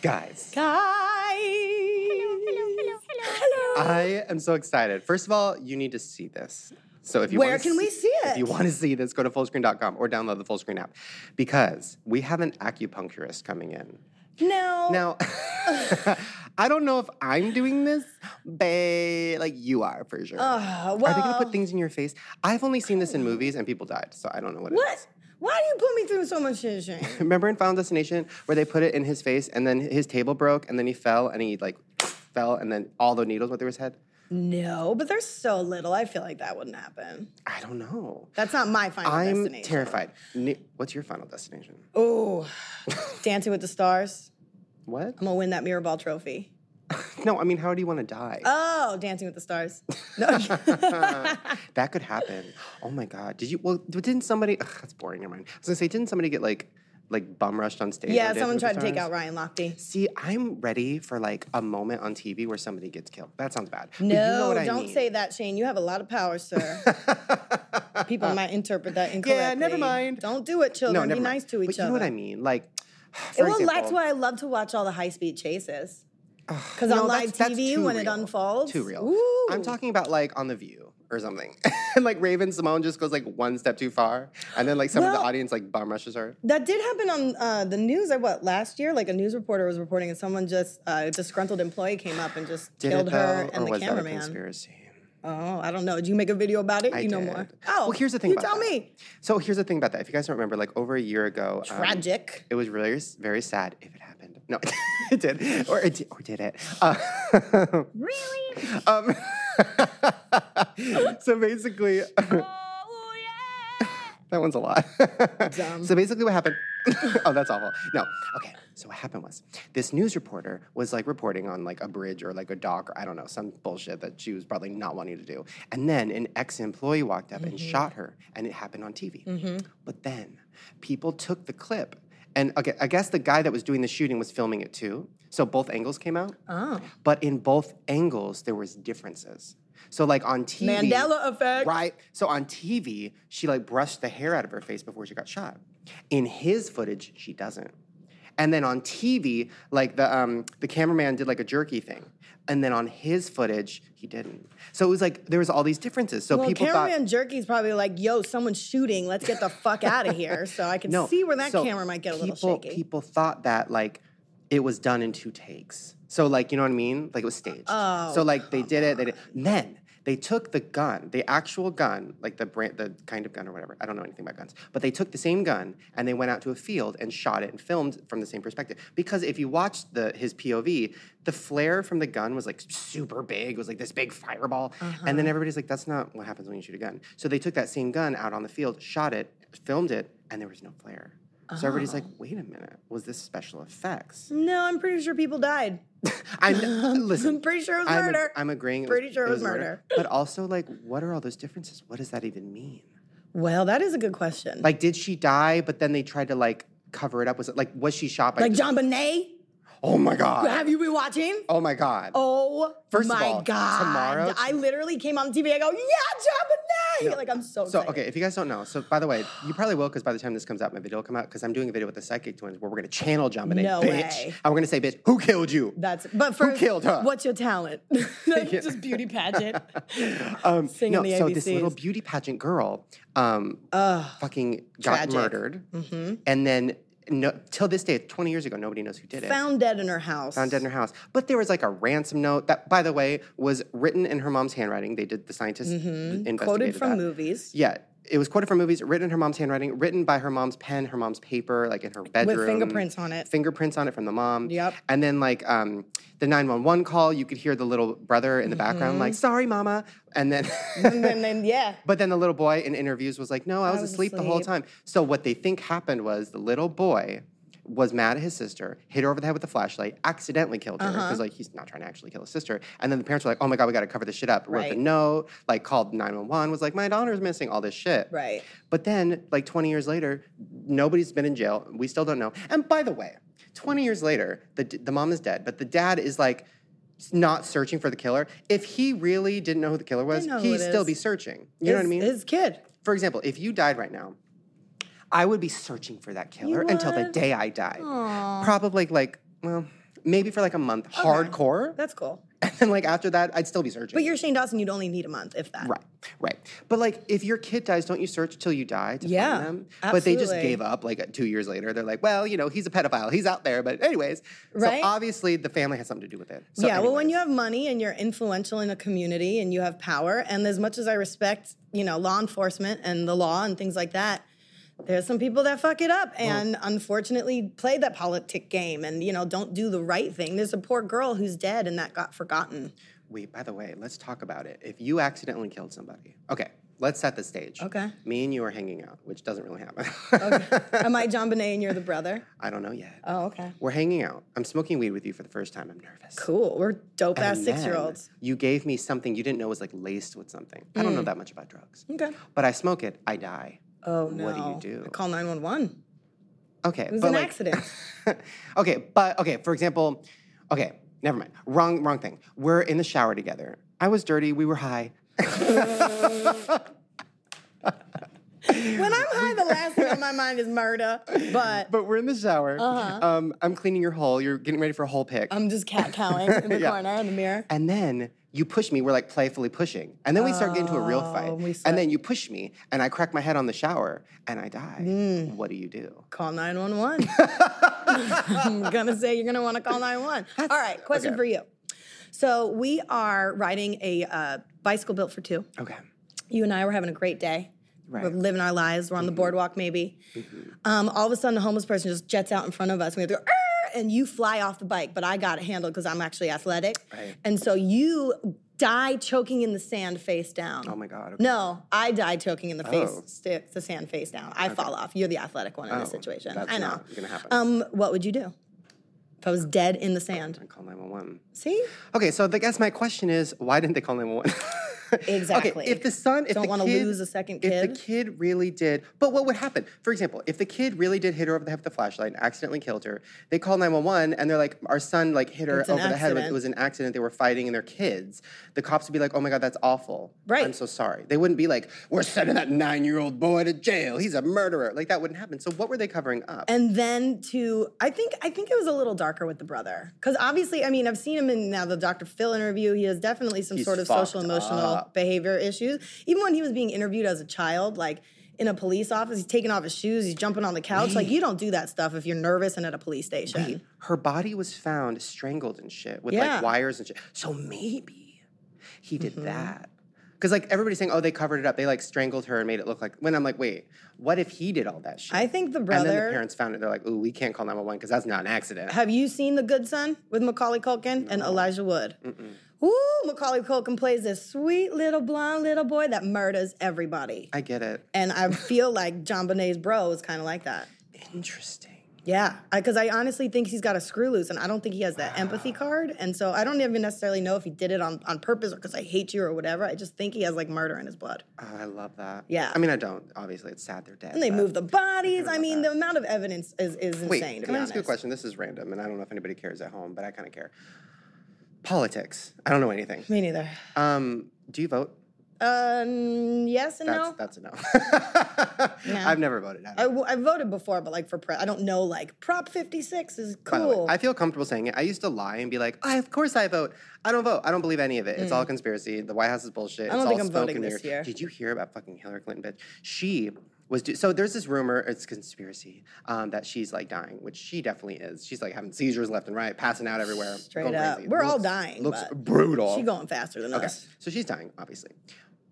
Guys, Guys. Hello, hello, hello, hello. I am so excited. First of all, you need to see this. So if you Where wanna can we see If you it? want to see this, go to fullscreen.com or download the fullscreen app because we have an acupuncturist coming in. Now, Now, I don't know if I'm doing this, but like you are for sure. uh, are they gonna well, put things in your face? I've only seen this in movies and people died, so I don't know what, it What? is. Why do you put me through so much shit? Shane? Remember in Final Destination where they put it in his face and then his table broke and then he fell and he like fell and then all the needles went through his head? no, but there's so little. I feel like that wouldn't happen. I don't know. That's not my final I'm destination. terrified. Ni- What's your final destination? Oh, Dancing with the Stars. What? I'm gonna win that Mirrorball trophy. No, I mean, how do you want to die? Oh, Dancing with the Stars. No. that could happen. Oh my god! Did you? Well, didn't somebody? Ugh, that's boring. Never mind. I was gonna say, didn't somebody get like like bum rushed on stage? yeah, on Dancing someone with the tried to take Stars? out Ryan Lochte. See, I'm ready for like a moment on TV where somebody gets killed. That sounds bad. but No, you know what I don't mean. say that, Shane. You have a lot of power, sir. People might interpret that incorrectly. never mind. Don't do it, children. No, Be never mind. nice to each but other. You know what I mean? Like, for Well, example, that's why I love to watch all the high speed chases. Because No, on live that's- that's TV, too when it real. unfolds, Too real. Ooh. I'm talking about like on the View or something, and like Raven Simone just goes like one step too far, and then like some of the Well- audience like bum rushes her. That did happen on uh, the news. Or what last year? Like a news reporter was reporting, and someone just uh, disgruntled employee came up and just Did killed it her though, and or the was that a cameraman. conspiracy? Oh, I don't know. Did you make a video about it? I you know did. more. Oh, well, here's the thing. You about tell that. me. So here's the thing about that. If you guys don't remember, like over a year ago, um, Tragic. it was really s- very sad if it happened. No, it did, or it did, or did it? Uh, really? um, so basically, Oh yeah. that one's a lot. Dumb. So basically, what happened? oh, that's awful. No. Okay. So what happened was this news reporter was like reporting on like a bridge or like a dock or I don't know some bullshit that she was probably not wanting to do, and then an ex-employee walked up and Mm-hmm. shot her, and it happened on TV. But then people took the clip, and okay, I guess the guy that was doing the shooting was filming it too, so both angles came out. Oh. But in both angles, there was differences. So like on TV, Mandela effect. Right. So on TV, she like brushed the hair out of her face before she got shot. In his footage, she doesn't. And then on TV, like the um, the cameraman did like a jerky thing, and then on his footage, he didn't. So it was like there was all these differences. So Well, people cameraman thought. Jerky's probably like, "Yo, someone's shooting. Let's get the fuck out of here." So I can No, see where that so camera might get a little people- shaky. People thought that like it was done in two takes. So like you know what I mean? Like it was staged. Oh, so like they did it. They did. Then they took the gun, the actual gun, like the brand, the kind of gun or whatever. I don't know anything about guns, but they took the same gun and they went out to a field and shot it and filmed from the same perspective. Because if you watched the his POV, the flare from the gun was like super big. It was like this big fireball, and then everybody's like, "That's not what happens when you shoot a gun." So they took that same gun out on the field, shot it, filmed it, and there was no flare. Uh-huh. So everybody's like, wait a minute, was this special effects? No, I'm pretty sure people died. I'm listen. I'm pretty sure it was I'm, ag- murder. I'm agreeing. Pretty sure it was murder. But also, like, what are all those differences? What does that even mean? well, that is a good question. Like, did she die? But then they tried to like cover it up. Was it like was she shot by? like John Bonet? oh my god! Have you been watching? oh my god! Oh First of my all, god! tomorrow- I literally came on TV. I go, yeah, John Bonet. Like I'm so So excited. okay, if you guys don't know, so by the way, you probably will because by the time this comes out, my video will come out because I'm doing a video with the psychic twins where we're gonna channel John Bonet, No bitch, way. and we're gonna say, bitch, who killed you? That's but for killed her? What's your talent? Just beauty pageant. Um, Singing no, the so this little ABCs. beauty pageant girl, um, fucking got tragic. Mm-hmm. murdered, and then no, till this day, twenty years ago, nobody knows who did it. Found dead in her house. Found dead in her house, but there was like a ransom note that, by the way, was written in her mom's handwriting. They did the scientists investigated Mm-hmm. Quoted from that. movies Yeah, it was quoted from movies, written in her mom's handwriting, written by her mom's pen, her mom's paper, like in her bedroom. with fingerprints on it. Fingerprints on it from the mom. Yep. And then like um, the 911 call, you could hear the little brother in the background Mm-hmm. like, "Sorry, mama," and then. and then, then yeah. But then the little boy in interviews was like, no, I was, was asleep, the whole asleep." time. So what they think happened was the little boy was mad at his sister, hit her over the head with a flashlight, accidentally killed her Uh-huh. because like he's not trying to actually kill his sister. And then the parents were like, oh my god, we got to cover this shit up. Wrote the Right. note, like called 911, was like, my daughter's missing, all this shit. Right. But then, like 20 years later, nobody's been in jail. We still don't know. And by the way, 20 years later, the, d- the mom is dead, but the dad is like s- not searching for the killer. If he really didn't know who the killer was, know who he'd it still be is. searching. You know what I His- mean? His kid. for example, if you died right now, I would be searching for that killer until the would? day I died. Aw. Probably like, well, maybe for like a month, hardcore. That's cool. And then like after that, I'd still be searching. But you're Shane Dawson. You'd only need a month, if that. Right, right. But like, if your kid dies, don't you search till you die to Yeah, find them? But they just absolutely. gave up. Like two years later, they're like, well, you know, he's a pedophile. He's out there. But anyways, Right? so obviously the family has something to do with it. So yeah, well, when anyways. you have money and you're influential in a community and you have power, and as much as I respect, you know, law enforcement and the law and things like that, there's some people that fuck it up and unfortunately play that politic game and you know don't do the right thing. There's a poor girl who's dead and that got forgotten. Wait, by the way, let's talk about it. If you accidentally killed somebody, okay, let's set the stage. Okay. Me and you are hanging out, which doesn't really happen. Am I John Bonet and you're the brother? I don't know yet. Oh, okay. We're hanging out. I'm smoking weed with you for the first time. I'm nervous. Cool. We're dope ass And six year olds. then You gave me something you didn't know was like laced with something. I don't know that much about drugs. Mm. Okay. But I smoke it, I die. Oh no. What do you do? I call nine one one. Okay. It was but an like- accident. okay, but okay, for example, okay, never mind. Wrong wrong thing. We're in the shower together. I was dirty, we were high. when I'm high, the last thing on my mind is murder. But But we're in the shower. Uh-huh. Um, I'm cleaning your hole. You're getting ready for a hole pick. I'm just cat cowing in the Yeah. corner in the mirror. and then you push me. We're like playfully pushing. And then we start getting into a real fight. Oh, we and then you push me, and I crack my head on the shower, and I die. Mm. What do you do? Call 911. I'm gonna say you're gonna want to call 911. All right, question okay. for you. So we are riding a uh, bicycle built for two. Okay. You and I were having a great day. We're Right. Mm-hmm. living our lives. We're on the boardwalk, maybe. Um, all of a sudden, a homeless person just jets out in front of us. We have to go, "Arr!" and you fly off the bike, but I got it handled because I'm actually athletic. Right. And so you die choking in the sand face down. Oh my God. Okay. No, I die choking in the face, Oh. sti the sand face down. I fall off. You're the athletic one in this Oh, situation. that's I know. not gonna happen. Um, what would you do if I was dead in the sand? I call 911. See, Okay, so I guess my question is, why didn't they call 911? Exactly. Okay, if the son, if Don't the wanna kid- lose a second If kid. the kid really did, but what would happen? For example, if the kid really did hit her over the head with a flashlight and accidentally killed her, they call 911 and they're like, our son like hit her It's an over the head. with- It accident. was an accident. They were fighting and they're kids. The cops would be like, oh my God, that's awful. I'm Right. so sorry. They wouldn't be like, we're sending that nine year old boy to jail. He's a murderer. Like that wouldn't happen. So what were they covering up? and then to I think I think it was a little darker with the brother because obviously I mean I've seen him in now the Dr. Phil interview. He has definitely some He's sort of fucked social emotional up. behavior issues. Even when he was being interviewed as a child, like. In a police office, he's taking off his shoes, he's jumping on the couch. Like, you don't do that stuff if you're nervous and at a police station. her body was found strangled and shit with Yeah. Mm-hmm. like wires and shit. So maybe he did that. Cause like everybody's saying, oh, they covered it up. They like strangled her and made it look like. When I'm like, wait, what if he did all that shit? I think the And then brother- the parents found it. They're like, ooh, we can't call 911 because that's not an accident. Have you seen The Good Son with Macaulay Culkin and Elijah Wood? Ooh, Macaulay Culkin plays this sweet little blonde little boy that murders everybody. I get it. and I feel like John Bonet's bro is kind of like that. Interesting. Yeah, because I, honestly think he's got a screw loose, and I don't think he has that empathy card. And so I don't even necessarily know if he did it on, on purpose or because I hate you or whatever. I just think he has like murder in his blood. Oh, I love that. Yeah. I mean, I don't. Obviously, it's sad they're dead. And they but- move the bodies. I mean, the amount of evidence is, is insane. Wait, to can be I ask you a honest. question? This is random, and I don't know if anybody cares at home, but I kind of care. Politics. I don't know anything. Me neither. Um, do you vote? Um, yes and That's no. Oh, that's a no. I've never voted. I I, don't know. w- I voted before, but like for pre, I don't know. Like Prop 56 is By the way, cool. I feel comfortable saying it. I used to lie and be like, "I of course I vote. I don't vote. I don't believe any of it. It's all conspiracy. The White House is bullshit. Hmm. don't it's think all I'm smoke voting and this mirrors." year. Did you hear about fucking Hillary Clinton, bitch? She was do- so. There's this rumor. It's conspiracy um, that she's like dying, which she definitely is. She's like having seizures left and right, passing out everywhere. Straight going up. crazy. We're all Looks- dying, Looks but brutal. she going faster than Okay, us. so she's dying, obviously.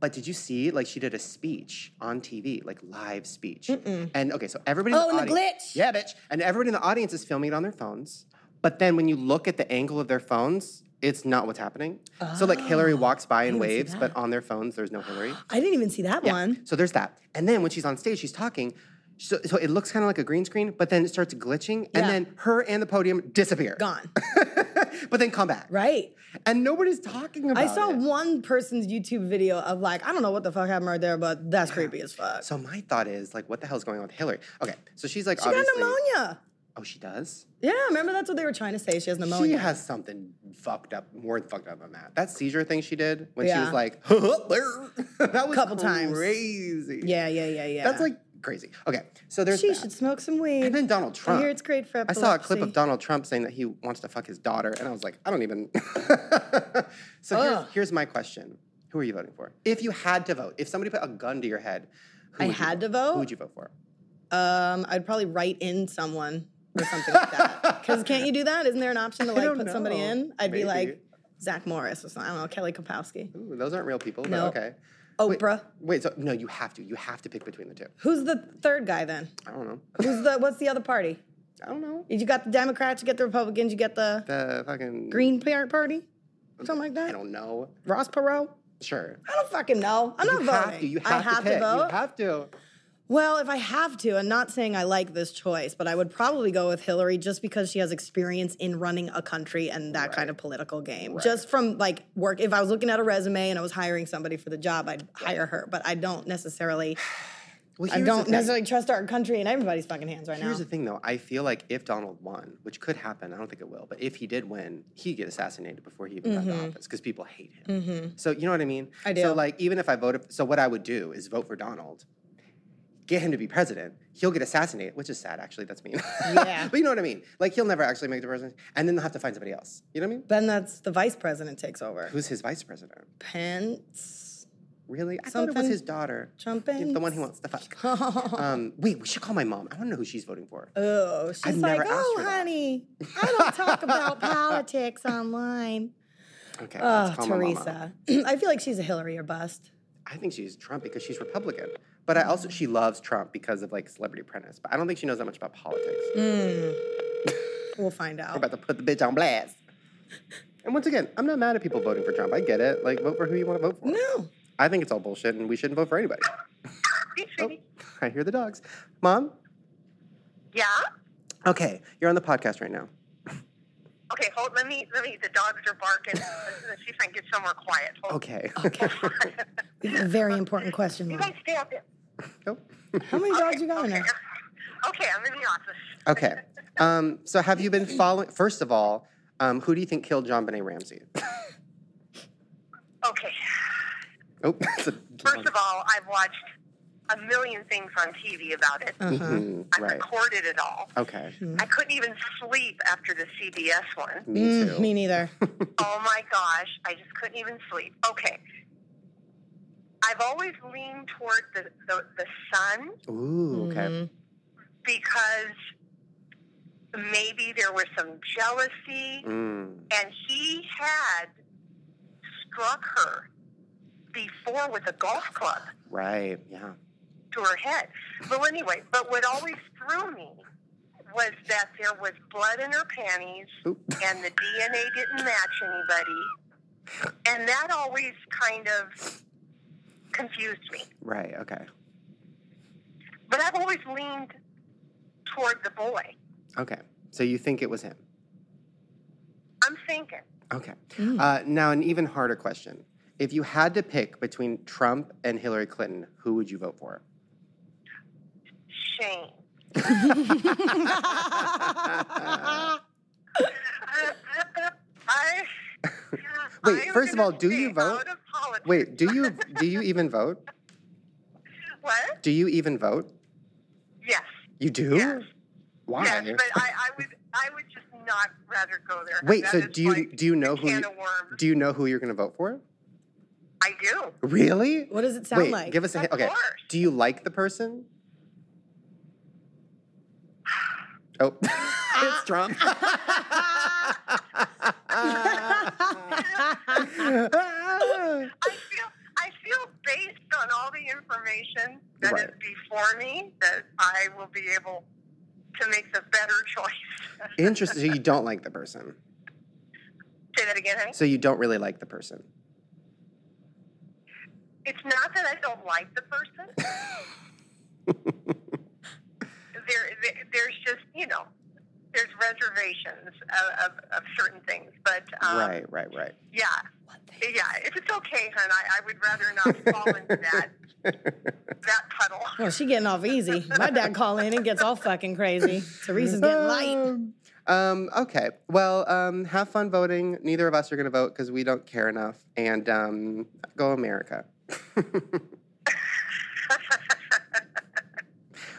But did you see, like, she did a speech on TV, like live speech? And okay, so everybody. Oh, in the, and the audience- glitch. Yeah, bitch. And everybody in the audience is filming it on their phones. But then when you look at the angle of their phones, it's not what's happening. So like Ah, Hillary walks by and waves, but on their phones there's no Hillary. I didn't even see that Yeah, one. So there's that. And then when she's on stage, she's talking. So, so it looks kind of like a green screen, but then it starts glitching, and Yeah. then her and the podium disappear. Gone. but then come back. Right. And nobody's talking about I it. saw one person's YouTube video of like, I don't know what the fuck happened right there, but that's creepy as fuck. So my thought is like, what the hell's going on with Hillary? Okay, so she's like She got obviously pneumonia. Oh, she does. Yeah, remember that's what they were trying to say. She has pneumonia. She has something fucked up, more than fucked up than that. That seizure thing she did when she Yeah. was like, that was Couple times. crazy. yeah, yeah, yeah, yeah. that's like crazy. Okay, so there's she that. should smoke some weed. And then Donald Trump. I hear it's great for I saw a clip of epilepsy. Donald Trump saying that he wants to fuck his daughter, and I was like, I don't even. so Ugh. here's, here's my question: Who are you voting for? If you had to vote, if somebody put a gun to your head, who I would you had to Who vote. would you vote for? Um, I'd probably write in someone or something like that. Because can't you do that? Isn't there an option to I like don't put somebody know. in? I'd be Maybe. like Zach Morris or something. I don't know Kelly Kapowski, Ooh, those aren't real people, but No. okay. Oprah. Wait, so no, you have to. You have to pick between the two. Who's the third guy then? I don't know. Who's the what's the other party? I don't know. You got the Democrats, you get the Republicans, you get the The fucking Green Parent Party, something like I that. don't know. Ross Perot. Sure. I don't fucking know. I'm not you voting. have to. You have, I have to, to, pick. vote. You have to. Well, if I have to, and not saying I like this choice, but I would probably go with Hillary just because she has experience in running a country and that kind of political game. Just from like work, if I was looking at a resume and I was hiring somebody for the job, I'd hire her, but I don't necessarily, Well, I here's the don't thing. necessarily trust our country in everybody's fucking hands right Here's now. the thing, though. I feel like if Donald won, which could happen, I don't think it will, but if he did win, he'd get assassinated before he even got to office because people hate him. So you know what I mean? Mm-hmm. I do. So like, even if I voted, so what I would do is vote for Donald, get him to be president. He'll get assassinated, which is sad. Actually, that's mean. Yeah. but you know what I mean? Like he'll never actually make the president, and then they'll have to find somebody else. You know what I mean? Then that's the vice president takes over. Who's his vice president? Pence, Really? I thought it was Something- his daughter. Trump The one Pence. he wants to fuck. um, wait, we should call my mom. I want to know who she's voting for. Oh, she's I've like, never asked oh, her that." honey, I don't talk about politics online. Okay, Oh, let's call my mama. Teresa. I feel like she's a Hillary or bust. I think she's Trump because she's Republican. But I also she loves Trump because of like Celebrity Apprentice. But I don't think she knows that much about politics. Mm. We'll find We're out. Mm. about to put the bitch on blast. And once again, I'm not mad at people voting for Trump. I get it. Like vote for who you want to vote for. No. I think it's all bullshit, and we shouldn't vote for anybody. Oh, I hear the dogs. Mom. Yeah. Okay, you're on the podcast right now. Okay, hold. Let me. Let me. The dogs are barking. Let's see if I can get somewhere quiet. Hold Okay. Okay. We have a very important question. You Mom. guys stay out there. Go. How many dogs you got in Okay. there? Okay, I'm in the office. okay. Um, so have you been following? First of all, um, who do you think killed John Benet Ramsey? Okay. Oh, that's a First of all, I've watched a million things on TV about it. Uh-huh. Oh. Mm, I right. recorded it all. Okay. I couldn't even sleep after the CBS one. Me Mm, too. me neither. Oh my gosh, I just couldn't even sleep. Okay. I've always leaned toward the, the, the sun Ooh. Okay. because maybe there was some jealousy Mm. and he had struck her before with a golf club Right. Yeah. to her head. Well, anyway, but what always threw me was that there was blood in her panties Oop. and the DNA didn't match anybody. And that always kind of confused me. Right. Okay. But I've always leaned toward the boy. Okay. So you think it was him? I'm thinking. Okay. Uh, now, an even harder question: If you had to pick between Trump and Hillary Clinton, who would you vote for? Shane. I, Wait, I'm first of gonna all, do you stay vote? out of politics. Wait. Do you do you even vote? What? Do you even vote? Yes. You do? Yes. Why? Yes, but I, I would I would just not rather go there. Wait. That So is do you like do you know a who can you, of worms. do you know who you're going to vote for? I do. Really? What does it sound Wait, like? Give us a Of hint. Okay. course. Do you like the person? Oh, it's Trump. I feel I feel based on all the information that is Right. before me that I will be able to make the better choice. Interesting. So you don't like the person. Say that again, honey. So you don't really like the person. It's not that I don't like the person. there, there- there's just you know, there's reservations of, of, of certain things, but um, right, right, right. yeah, yeah. If it's okay, hon, I, I would rather not fall into that that puddle. Well, Oh, she getting off easy. My dad call in and gets all fucking crazy. Teresa's getting light. Um, Um, okay. Well, um, have fun voting. Neither of us are going to vote because we don't care enough. And um, go America. wait,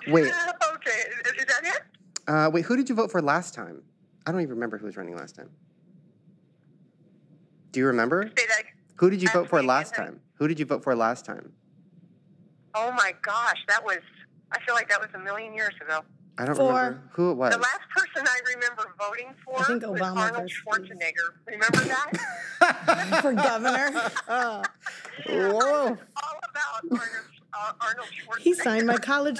okay, is, is that it? uh, wait. Who did you vote for last time? I don't even remember who was running last time. Do you remember? Say that. Who did you I'm vote for saying last that- time? Who did you vote for last time? Oh my gosh, that was. I feel like that was a million years ago. I don't For- remember who it was. The last person I remember voting for I think was Obama Arnold versus- Schwarzenegger. Remember that? For governor. Whoa. All about Arnold, uh, Arnold Schwarzenegger. He signed my college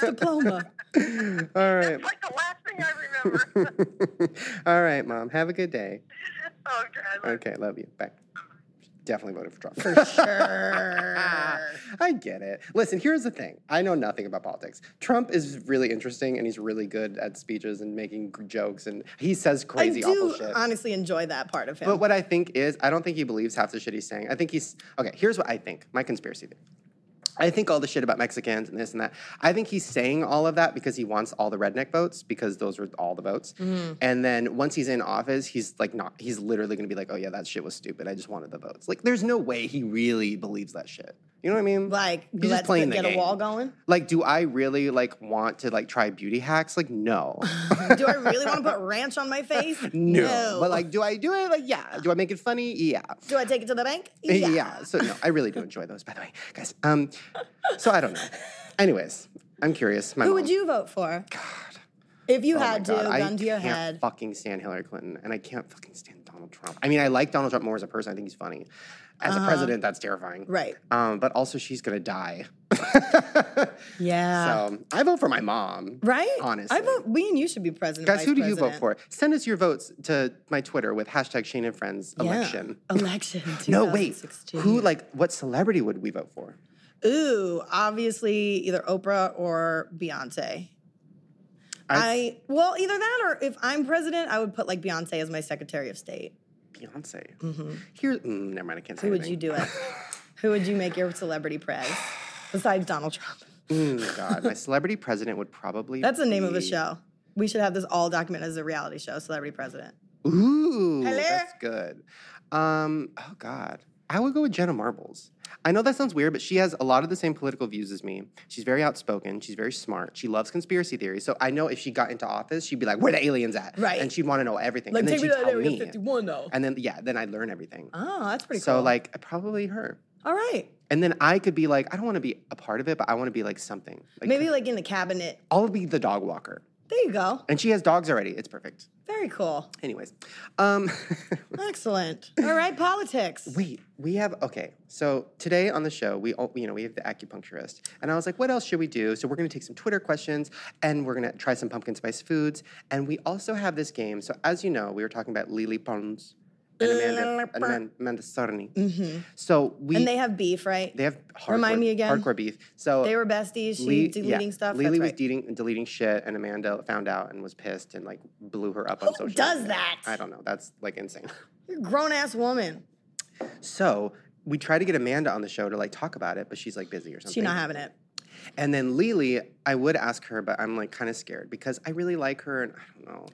All diploma. right. That's like the last thing I remember. All right, mom. Have a good day. oh, God. Okay, love you. Bye. Definitely voted for Trump. Sure. I get it. Listen, here's the thing. I know nothing about politics. Trump is really interesting and he's really good at speeches and making g- jokes and he says I crazy awful do shit. honestly enjoy that part of him. but what I think is, I don't think he believes half the shit he's saying. I think he's okay. Here's what I think. My conspiracy theory. I think all the shit about Mexicans and this and that. I think he's saying all of that because he wants all the redneck votes because those were all the votes. Mm-hmm. And then once he's in office, he's like not. He's literally going to be like, "Oh yeah, that shit was stupid. I just wanted the votes." Like, there's no way he really believes that shit. You know what I mean? like, He's just let's playing the get game. a wall going. Like, do I really like want to like try beauty hacks? Like, no. Do I really want to put ranch on my face? But like, do I do it? Like, yeah. Do I make it funny? Yeah. do I take it to the bank? Yeah. So no, I really do enjoy those, by the way, guys. Um, so I don't know. Anyways, I'm curious. My Who mom. would you vote for? God. If you Oh my had to, God, I gun to your can't head. fucking stand Hillary Clinton, and I can't fucking stand Donald Trump. I mean, I like Donald Trump more as a person. I think he's funny. As a president, that's terrifying. Uh-huh. Right. Um, but also, she's gonna die. Yeah. so I vote for my mom. right? Honestly. I vote we and you should be president. Guys, vice who do you vote president. for? Send us your votes to my Twitter with hashtag Shane and Friends Yeah. election. Election. No, wait. 2016. Who like what celebrity would we vote for? Ooh, obviously either Oprah or Beyonce. I well either that or if I'm president, I would put like Beyonce as my Secretary of State. Beyonce. Here, mm, never mind. I can't say Mm-hmm. Who would anything. you do it? Who would you make your celebrity prez besides Donald Trump? Mm, God, my celebrity president would probably. That's the name of a be- show. We should have this all documented as a reality show, Celebrity President. Ooh, Hello? that's good. Um, oh God, I would go with Jenna Marbles. I know that sounds weird, but she has a lot of the same political views as me. She's very outspoken. She's very smart. She loves conspiracy theories. So I know if she got into office, she'd be like, "Where the aliens at?" Right. and she'd want to know everything. and then she'd tell me. though. And then yeah, then I'd learn everything. Oh, that's pretty so cool. like probably her. all right. And then I could be like, I don't want to be a part of it, but I want to be like something. Like, Maybe like in the cabinet. I'll be the dog walker. There you go. And she has dogs already. It's perfect. Very cool. Anyways, um, Excellent. All right, politics. wait, we have okay. So today on the show, we all, you know we have the acupuncturist, and I was like, what else should we do? So we're gonna take some Twitter questions, and we're gonna try some pumpkin spice foods, and we also have this game. So as you know, we were talking about Lily Pons and Amanda, and Aman- Amanda Sarni. So we Mm-hmm. and they have beef, right? they have hardcore, Remind me again. hardcore beef. So They were besties. She Lee- yeah, deleting stuff. Lily That's was right. deleting, deleting shit, and Amanda found out and was pissed and like blew her up on social. does media. that? I don't know. That's like insane. You're a grown ass woman. So we tried to get Amanda on the show to like talk about it, but she's like busy or something. She not having it. and then Lily, I would ask her, but I'm like kind of scared because I really like her, and I don't know.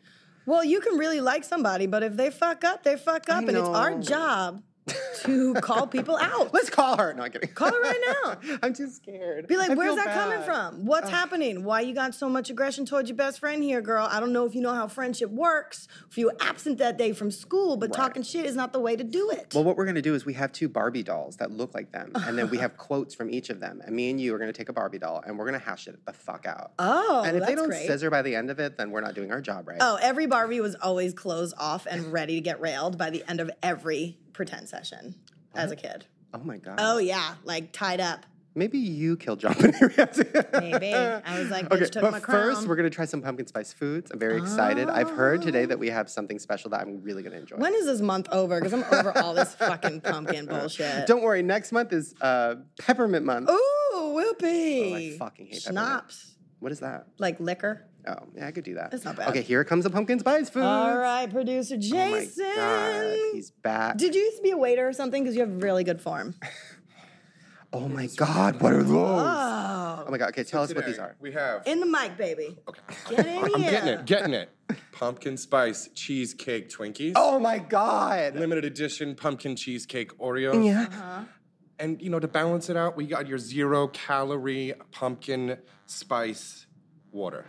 Well, you can really like somebody, but if they fuck up, they fuck up, and it's our know. job to call people out. Let's call her. No, I'm kidding. Call her right now. I'm too scared. Be like, I where's feel that coming bad." from? What's happening? Why you got so much aggression towards your best friend here, girl? I don't know if you know how friendship works. If you were absent that day from school, but talking shit is not the way to do it. Well, what we're gonna do is we have two Barbie dolls that look like them, and then we have quotes from each of them. And me and you are gonna take a Barbie doll, and we're gonna hash it the fuck out. oh, and if that's they don't great. scissor by the end of it, then we're not doing our job right. Oh, every Barbie was always closed off and ready to get railed by the end of every pretend session as a kid. Oh my god. Oh yeah, like tied up. Maybe you killed John Benet. Maybe. I was like, bitch Okay, took but my crown. first we're gonna try some pumpkin spice foods. I'm very excited. I've heard today that Oh. we have something special that I'm really gonna enjoy. when is this month over? Because I'm over all this fucking pumpkin bullshit. Don't worry, next month is uh, peppermint Oh. month. Ooh, whoopee. Oh, I fucking hate peppermint. Schnapps. What is that? Like liquor. Oh, yeah, I could do that. That's not bad. Okay, here comes the pumpkin spice food. All right, producer Oh my Jason. god, he's back. Did you used to be a waiter or something? Because you have really good form. Oh my God, what are those? Oh Oh, my God. Okay, tell us what these Today, are. We have. in the mic, baby. Okay. Get in I'm here. getting it, getting it. Pumpkin spice cheesecake Twinkies. Oh my God. Limited edition pumpkin cheesecake Oreos. Yeah. And you know, to balance it out, we got your zero calorie pumpkin spice water.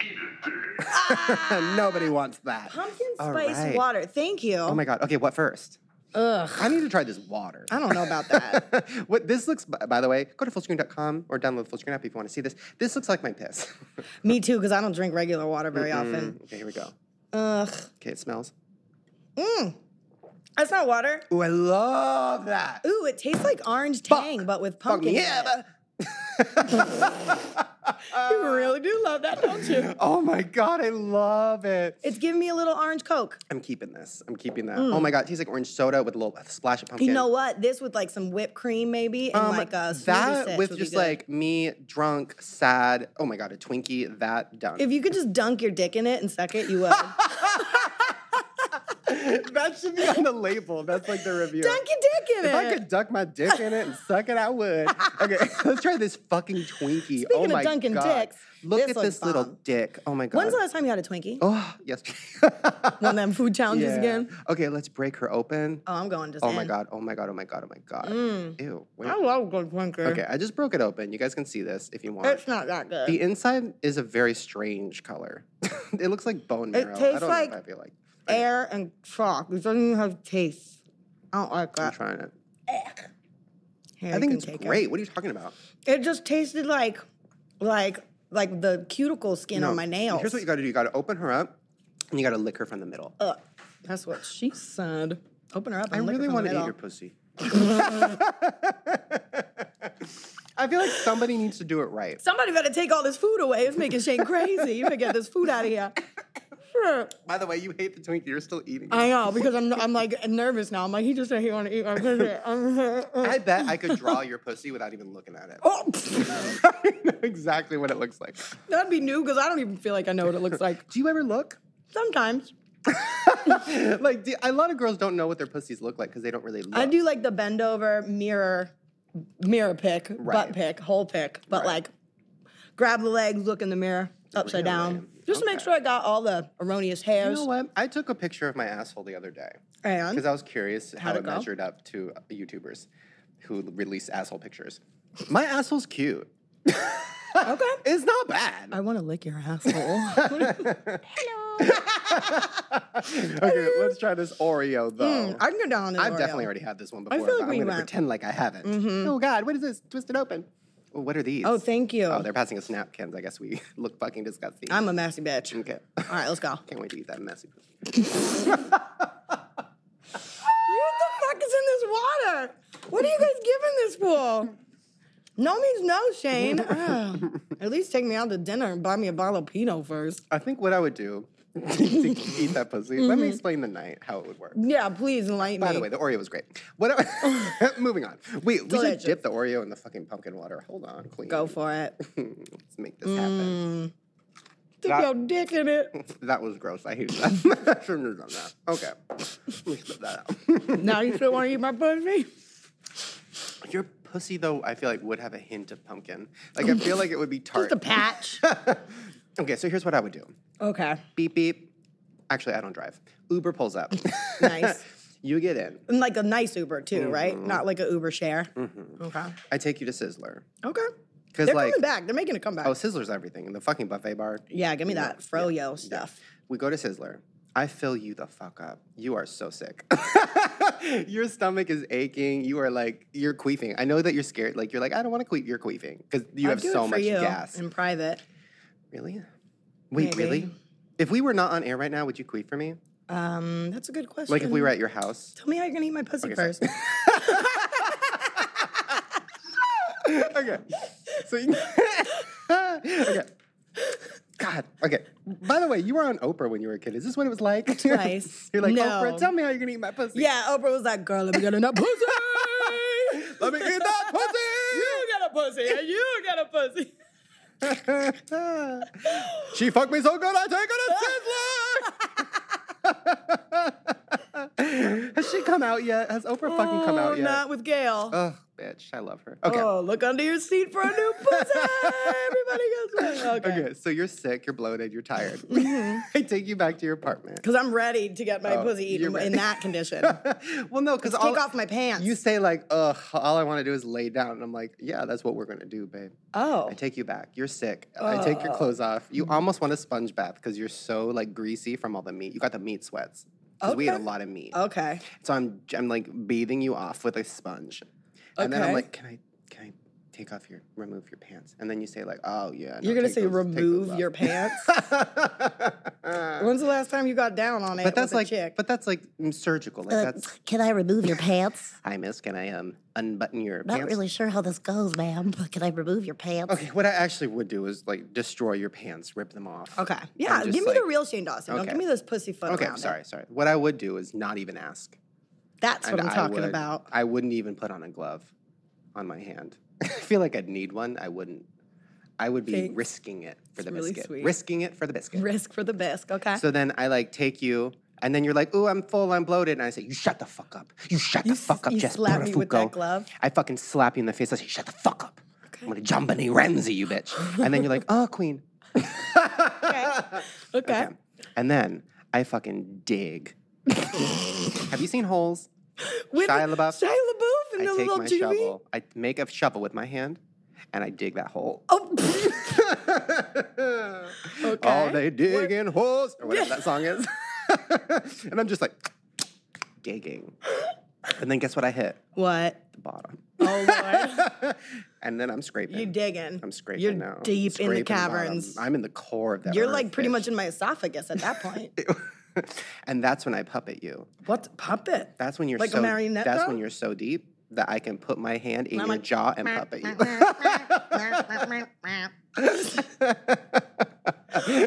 Uh-huh. Nobody wants that. Pumpkin All spice right. water. Thank you. Oh my God. Okay, what first? Ugh. I need to try this water. I don't know about that. what this looks, b- by the way, go to fullscreen.com or download the fullscreen app if you want to see this. This looks like my piss. Me too, because I don't drink regular water very often. okay, here we go. Ugh. Okay, it smells. That's not water. Ooh, I love that. Ooh, it tastes like orange tang, but with pumpkin. in yeah. it. but- You really do love that, don't you? Oh my God, I love it. It's giving me a little orange coke. I'm keeping this. I'm keeping that. Oh my God, it tastes like orange soda with a little splash of pumpkin. Mm. You know what? This with like some whipped cream maybe and Um, like a smoothie that sitch with would be just good. like me drunk, sad. Oh my god, a Twinkie. That done. if you could just dunk your dick in it and suck it, you would. dunk that should be on the label. That's like the review. your dick in If it. I could duck my dick in it and suck it, I would. Okay, let's try this fucking Twinkie. Speaking oh of my dunking God. dicks, look this at looks this little bomb. dick. Oh my god. When's the last time you had a Twinkie? Oh yes. One of them food challenges Yeah. again. Okay, let's break her open. Oh, I'm going to. Oh my Zen. god. Oh my god. Oh my god. Oh my god. Ew. Wait. I love good Twinkie. Okay, I just broke it open. You guys can see this if you want. It's not that good. The inside is a very strange color. it looks like bone It marrow. I tastes don't like- know if I feel like. Air and chalk. It doesn't even have taste. I don't like I'm that. trying it. Here, I you think can it's take it. great. What are you talking about? It just tasted like, like, like the cuticle skin on No, my nails. Here's what you got to do. You got to open her up, and you got to lick her from the middle. Ugh. That's what she said. Open her up. I and lick her really want from the to eat middle. your pussy. I feel like somebody needs to do it right. Somebody better take all this food away. It's making Shane crazy. You better get this food out of here. Sure. By the way, you hate the Twinkie. You're still eating. it. I know because I'm I'm like nervous now. I'm like he just said he want to eat my pussy. I'm- I bet I could draw your pussy without even looking at it. oh, I know exactly what it looks like. that'd be new because I don't even feel like I know what it looks like. Do you ever look? Sometimes like do, a lot of girls don't know what their pussies look like because they don't really look. I do like the bend over mirror, mirror pick, Right. butt pick, whole pick, but Right. like grab the legs, look in the mirror, upside down, Really? just to make Okay. sure I got all the erroneous hairs. You know what? I took a picture of my asshole the other day because And I was curious how How'd it it go? measured up to uh, YouTubers who release asshole pictures. My asshole's cute. okay, It's not bad. I want to lick your asshole. okay, let's try this Oreo though. Mm, I can go down on an I've Oreo. definitely already had this one before. feel but like I'm we gonna went- Mm-hmm. pretend like I haven't. Oh God, what is this? Twisted open. Oh, what are these? Oh, thank you. Oh, they're passing us napkins. I guess we look fucking disgusting. I'm a messy bitch. okay. All right, let's go. Can't wait to eat that messy. pussy. What the fuck is in this water? What are you guys giving this fool? No means no, Shane. Ugh. At least take me out to dinner and buy me a bottle of Pinot first. I think what I would do to eat that pussy. Let Mm-hmm. me explain the night how it would work. Yeah, please enlighten By me. the way, the Oreo was great. What? I- moving on. Wait, we should Delicious. dip the Oreo in the fucking pumpkin water. Hold on, queen. go for it. Let's make this happen. Stick That- your dick in it. That was gross. I hated that. I shouldn't have done that. Okay, let me spit that out. Now you still want to eat my pussy? Your pussy, though, I feel like would have a hint of pumpkin. Like I feel like it would be tart. Just a patch. okay, so here's what I would do. Okay. Beep beep. Actually, I don't drive. Uber pulls up. Nice. you get in. And like a nice Uber too, Mm-hmm. right? Not like a Uber share. Okay. I take you to Sizzler. Okay. 'Cause, Mm-hmm. They're like- coming back. They're making a comeback. Oh, Sizzler's everything. And the fucking buffet bar. yeah, give me that froyo stuff. We go to Sizzler. I fill you the fuck up. You are so sick. your stomach is aching. You are like, you're queefing. I know that you're scared. Like, you're like, I don't want to queef. You're queefing because you I'll have do it so for much you gas. in private. really? Wait, Maybe. really? If we were not on air right now, would you queef for me? Um, that's a good question. Like, if we were at your house? Tell me how you're gonna eat my pussy sorry. first. okay. So you okay. God. Okay. By the way, you were on Oprah when you were a kid. Is this what it was like? Twice. you're like No. Oprah. Tell me how you're gonna eat my pussy. yeah, Oprah was like, "Girl, let me get in that pussy. Let me eat that you get a pussy, and you get a pussy." pussy. she fucked me so good, I take her to Sizzler. Has she come out yet? Has Oprah fucking come Oh, out yet? Oh, Not with Gail. Ugh, bitch, I love her. Okay. Oh, look under your seat for a new pussy. Everybody goes. one. Okay. Mm-hmm. Okay, so you're sick, you're bloated, you're tired. I take you back to your apartment. Because I'm ready to get my Oh, pussy you're eaten ready. in that condition. well, no, because Let's take off my pants. You say like, ugh, all I want to do is lay down, and I'm like, yeah, that's what we're gonna do, babe. oh. I take you back. You're sick. I take your clothes off. You almost want a sponge bath because you're so like greasy from all the meat. You got the meat sweats because we eat a Okay. Oh. lot of meat. okay. So I'm I'm like bathing you off with a sponge, and then I'm Okay. like, can I can I take off your remove your pants? And then you say like, oh yeah. no, You're gonna take say those- take those remove off." your pants. but When's the last time you got down on it that's with like a chick? but that's like mm, surgical. Like that's Can I remove your pants? hi miss, can I um unbutton your Not pants? really sure how this goes, ma'am. but Can I remove your pants? Okay, what I actually would do is like destroy your pants, rip them off. okay. Yeah. just Give me like- the real Shane Dawson. Don't Okay. give me this pussy foot. Okay, around I'm it. sorry, sorry. What I would do is not even ask. That's what and I'm I talking would- about. I wouldn't even put on a glove on my hand. I feel like I'd need one. I wouldn't. I would be Thanks. risking it for the It's really biscuit. sweet. Risking it for the biscuit. Risk for the bisque. Okay. So then I like take you, and then you're like, "Ooh, I'm full, I'm bloated," and I say, "You shut the fuck up. You shut You the fuck s- up, you Jess slap me with that Buttafuoco." glove? I fucking slap you in the face. I say, "Shut the fuck up. I'm gonna Jambani Ramsey you, bitch." and then you're like, "Oh, queen." okay. Okay. And then I fucking dig. Have you seen holes? With Shia LaBeouf. Shia LaBeouf and I the take little my juvie. shovel. I make a shovel with my hand, and I dig that hole. Oh. okay. All they dig in holes, or whatever that song is. and I'm just like digging, and then guess what? I hit What? the bottom, Oh Lord. and then I'm scraping. You're digging. I'm scraping You're now. deep in the Scraping bottom. caverns. I'm in the core of that. You're like pretty earthfish. much in my esophagus at that point. and that's when I puppet you. what puppet? That's when you're Like a so, marionette That's doll? when you're so deep that I can put my hand in I'm your like, jaw and puppet you.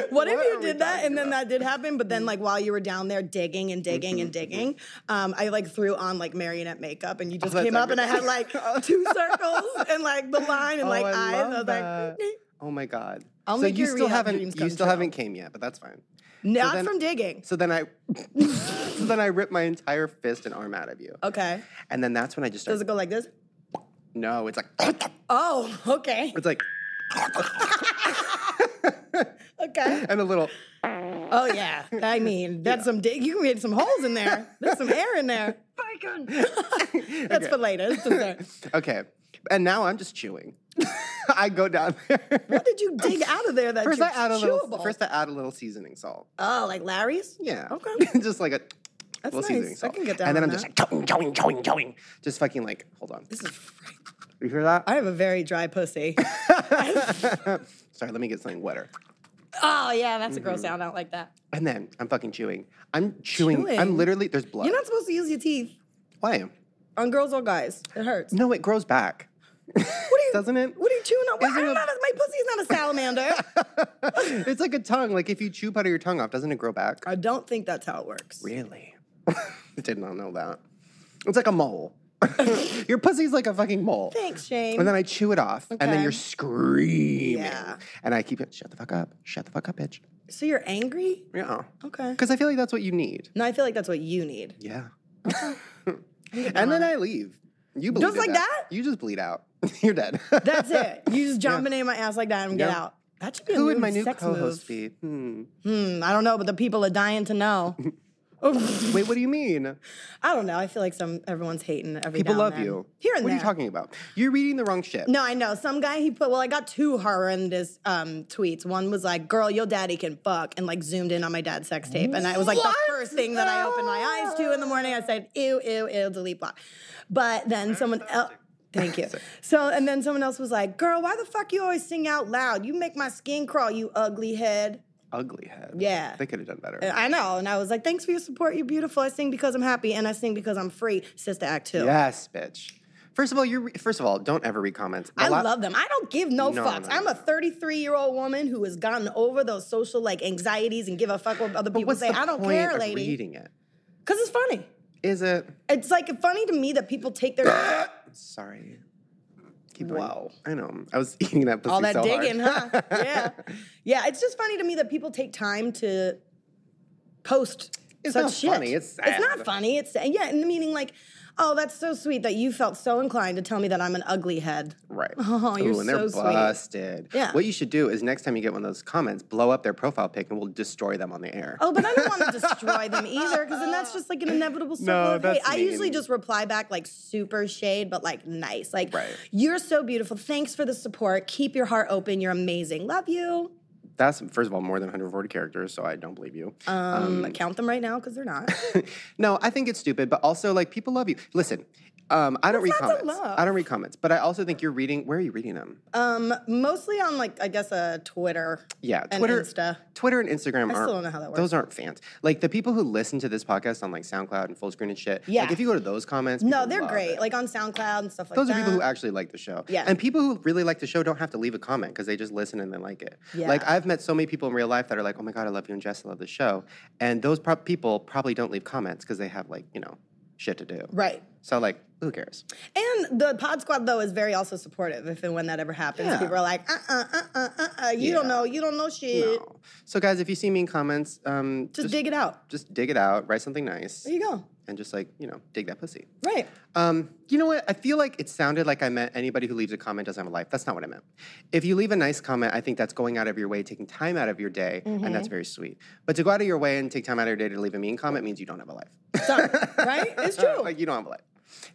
What, if you did that and then that did happen, but Mm-hmm. then like while you were down there digging and digging and digging, um, I like threw on like marionette makeup and you just that's came up and I had like everything. two circles and like the line and Oh, like I eyes. I love was that. like, "Nee." oh my god. I'll so make you your still rehab haven't dreams you come still true. haven't came yet, but that's fine. not then- from digging. So then I so then I rip my entire fist and arm out of you. Okay. And then that's when I just start, Does it go like this? No, it's like Oh, okay. it's like Okay. and a little Oh yeah. I mean, that's some dig. You can get some holes in there. There's some air in there. That's for later. It's dessert. Okay. And now I'm just chewing. I go down there. What did you dig out of there that First you I add a little chewable? first I add a little seasoning salt. oh, like Larry's? Yeah. Okay. just like a That's little seasoning nice. I salt. can get down And then on I'm just that. like chowing, chowing, chowing, chowing. Just fucking like, hold on. This is fr- You hear that? I have a very dry pussy. Sorry, let me get something wetter. oh yeah, that's a gross Mm-hmm. sound. I don't like that. And then I'm fucking chewing. I'm chewing. I'm Chewing? literally there's blood. You're not supposed to use your teeth Why? on girls or guys. It hurts. No, it grows back. What are you? Doesn't it? What are you chewing on? Well, Isn't I'm it- not a, my pussy's not a salamander. it's like a tongue. Like if you chew part of your tongue off, doesn't it grow back? I don't think that's how it works. Really? I did not know that. It's like a mole. your pussy's like a fucking mole. Thanks, Shane. And then I chew it off, and then Okay. you're screaming. Yeah. And I keep it. Shut the fuck up. Shut the fuck up, bitch. so you're angry? Yeah. Okay. Because I feel like that's what you need. No, I feel like that's what you need. Yeah. and then I leave. You bleed Just to like death. that? You just bleed out. You're dead. That's it. You just jump in my ass like that and get Yeah. out. That should be a Who would my new sex co-host move. be? Hmm. Hmm, I don't know, but the people are dying to know. Oh, Wait, what do you mean? I don't know. I feel like some everyone's hating every People now love and then. you. Here and what there. are you talking about? You're reading the wrong shit. No, I know. Some guy he put well, I got two horrendous um tweets. One was like, Girl, your daddy can fuck and like zoomed in on my dad's sex tape. And I was like the first thing that I opened my eyes to in the morning. I said, Ew, ew, ew, delete block. But then someone else Thank you. So, and then someone else was like, Girl, why the fuck you always sing out loud? You make my skin crawl, you ugly head. Ugly head. Yeah. Uh, They could have done better. I know. And I was like, Thanks for your support. You're beautiful. I sing because I'm happy and I sing because I'm free. Sister Act 2. yes, bitch. First of all, you're re- first of all, don't ever read comments. A I lot- love them. I don't give no, No, fucks. no, I'm a no. 33 year old woman who has gotten over those social like anxieties and give a fuck what other But people what's say. the I don't point care, of lady. reading it? Because it's funny. Is it? It's like funny to me that people take their Sorry. Keep going. Whoa. I know. I was eating that pussy all that so hard. digging, huh? Yeah, yeah. It's just funny to me that people take time to post It's such not shit. funny, it's sad. not funny. It's yeah, and the meaning like, oh, that's so sweet that you felt so inclined to tell me that I'm an ugly head. Right. Oh, you're Ooh, and they're so sweet. busted. Yeah. What you should do is next time you get one of those comments, blow up their profile pic and we'll destroy them on the air. Oh, but I don't want to destroy them either, because then that's just like an inevitable circle No, of hate. that's I usually mean. just reply back like super shade, but like nice. Like, Right. you're so beautiful. Thanks for the support. Keep your heart open. You're amazing. Love you. That's first of all more than 140 characters, so I don't believe you. Um, count them right now because they're not. no, I think it's stupid, but also like people love you. Listen, um, I don't read That's not the comments. love. I don't read comments, but I also think you're reading. Where are you reading them? Um, mostly on like I guess uh, Twitter. yeah, and Twitter, Insta. Twitter and Instagram. I still aren't- don't know how that Those aren't fans. Like the people who listen to this podcast on like SoundCloud and full screen and shit. Yeah. Like if you go to those comments, No, people they're love great. it. Like on SoundCloud and stuff like Those that. are people who actually like the show. Yeah. And people who really like the show don't have to leave a comment because they just listen and they like it. Like Yeah. I've met so many people in real life that are like, oh my God, I love you and Jess, I love the show. And those pro- people probably don't leave comments because they have like, you know, shit to do. Right. So like, who cares? And the Pod Squad though is very also supportive. If and when that ever happens, Yeah. people are like, uh uh uh uh uh, uh you don't Yeah. know, you don't know shit. No. So guys, if you see me in comments, um, Just, dig it out. just dig it out, write something nice, There you go. and just like, you know, dig that pussy. Right. Um, you know what? I feel like it sounded like I meant anybody who leaves a comment doesn't have a life. That's not what I meant. If you leave a nice comment, I think that's going out of your way, taking time out of your day, and that's very sweet. But to go out of your way and take time out of your day to leave a mean comment means you don't have a life. Done. right? It's true. like you don't have a life.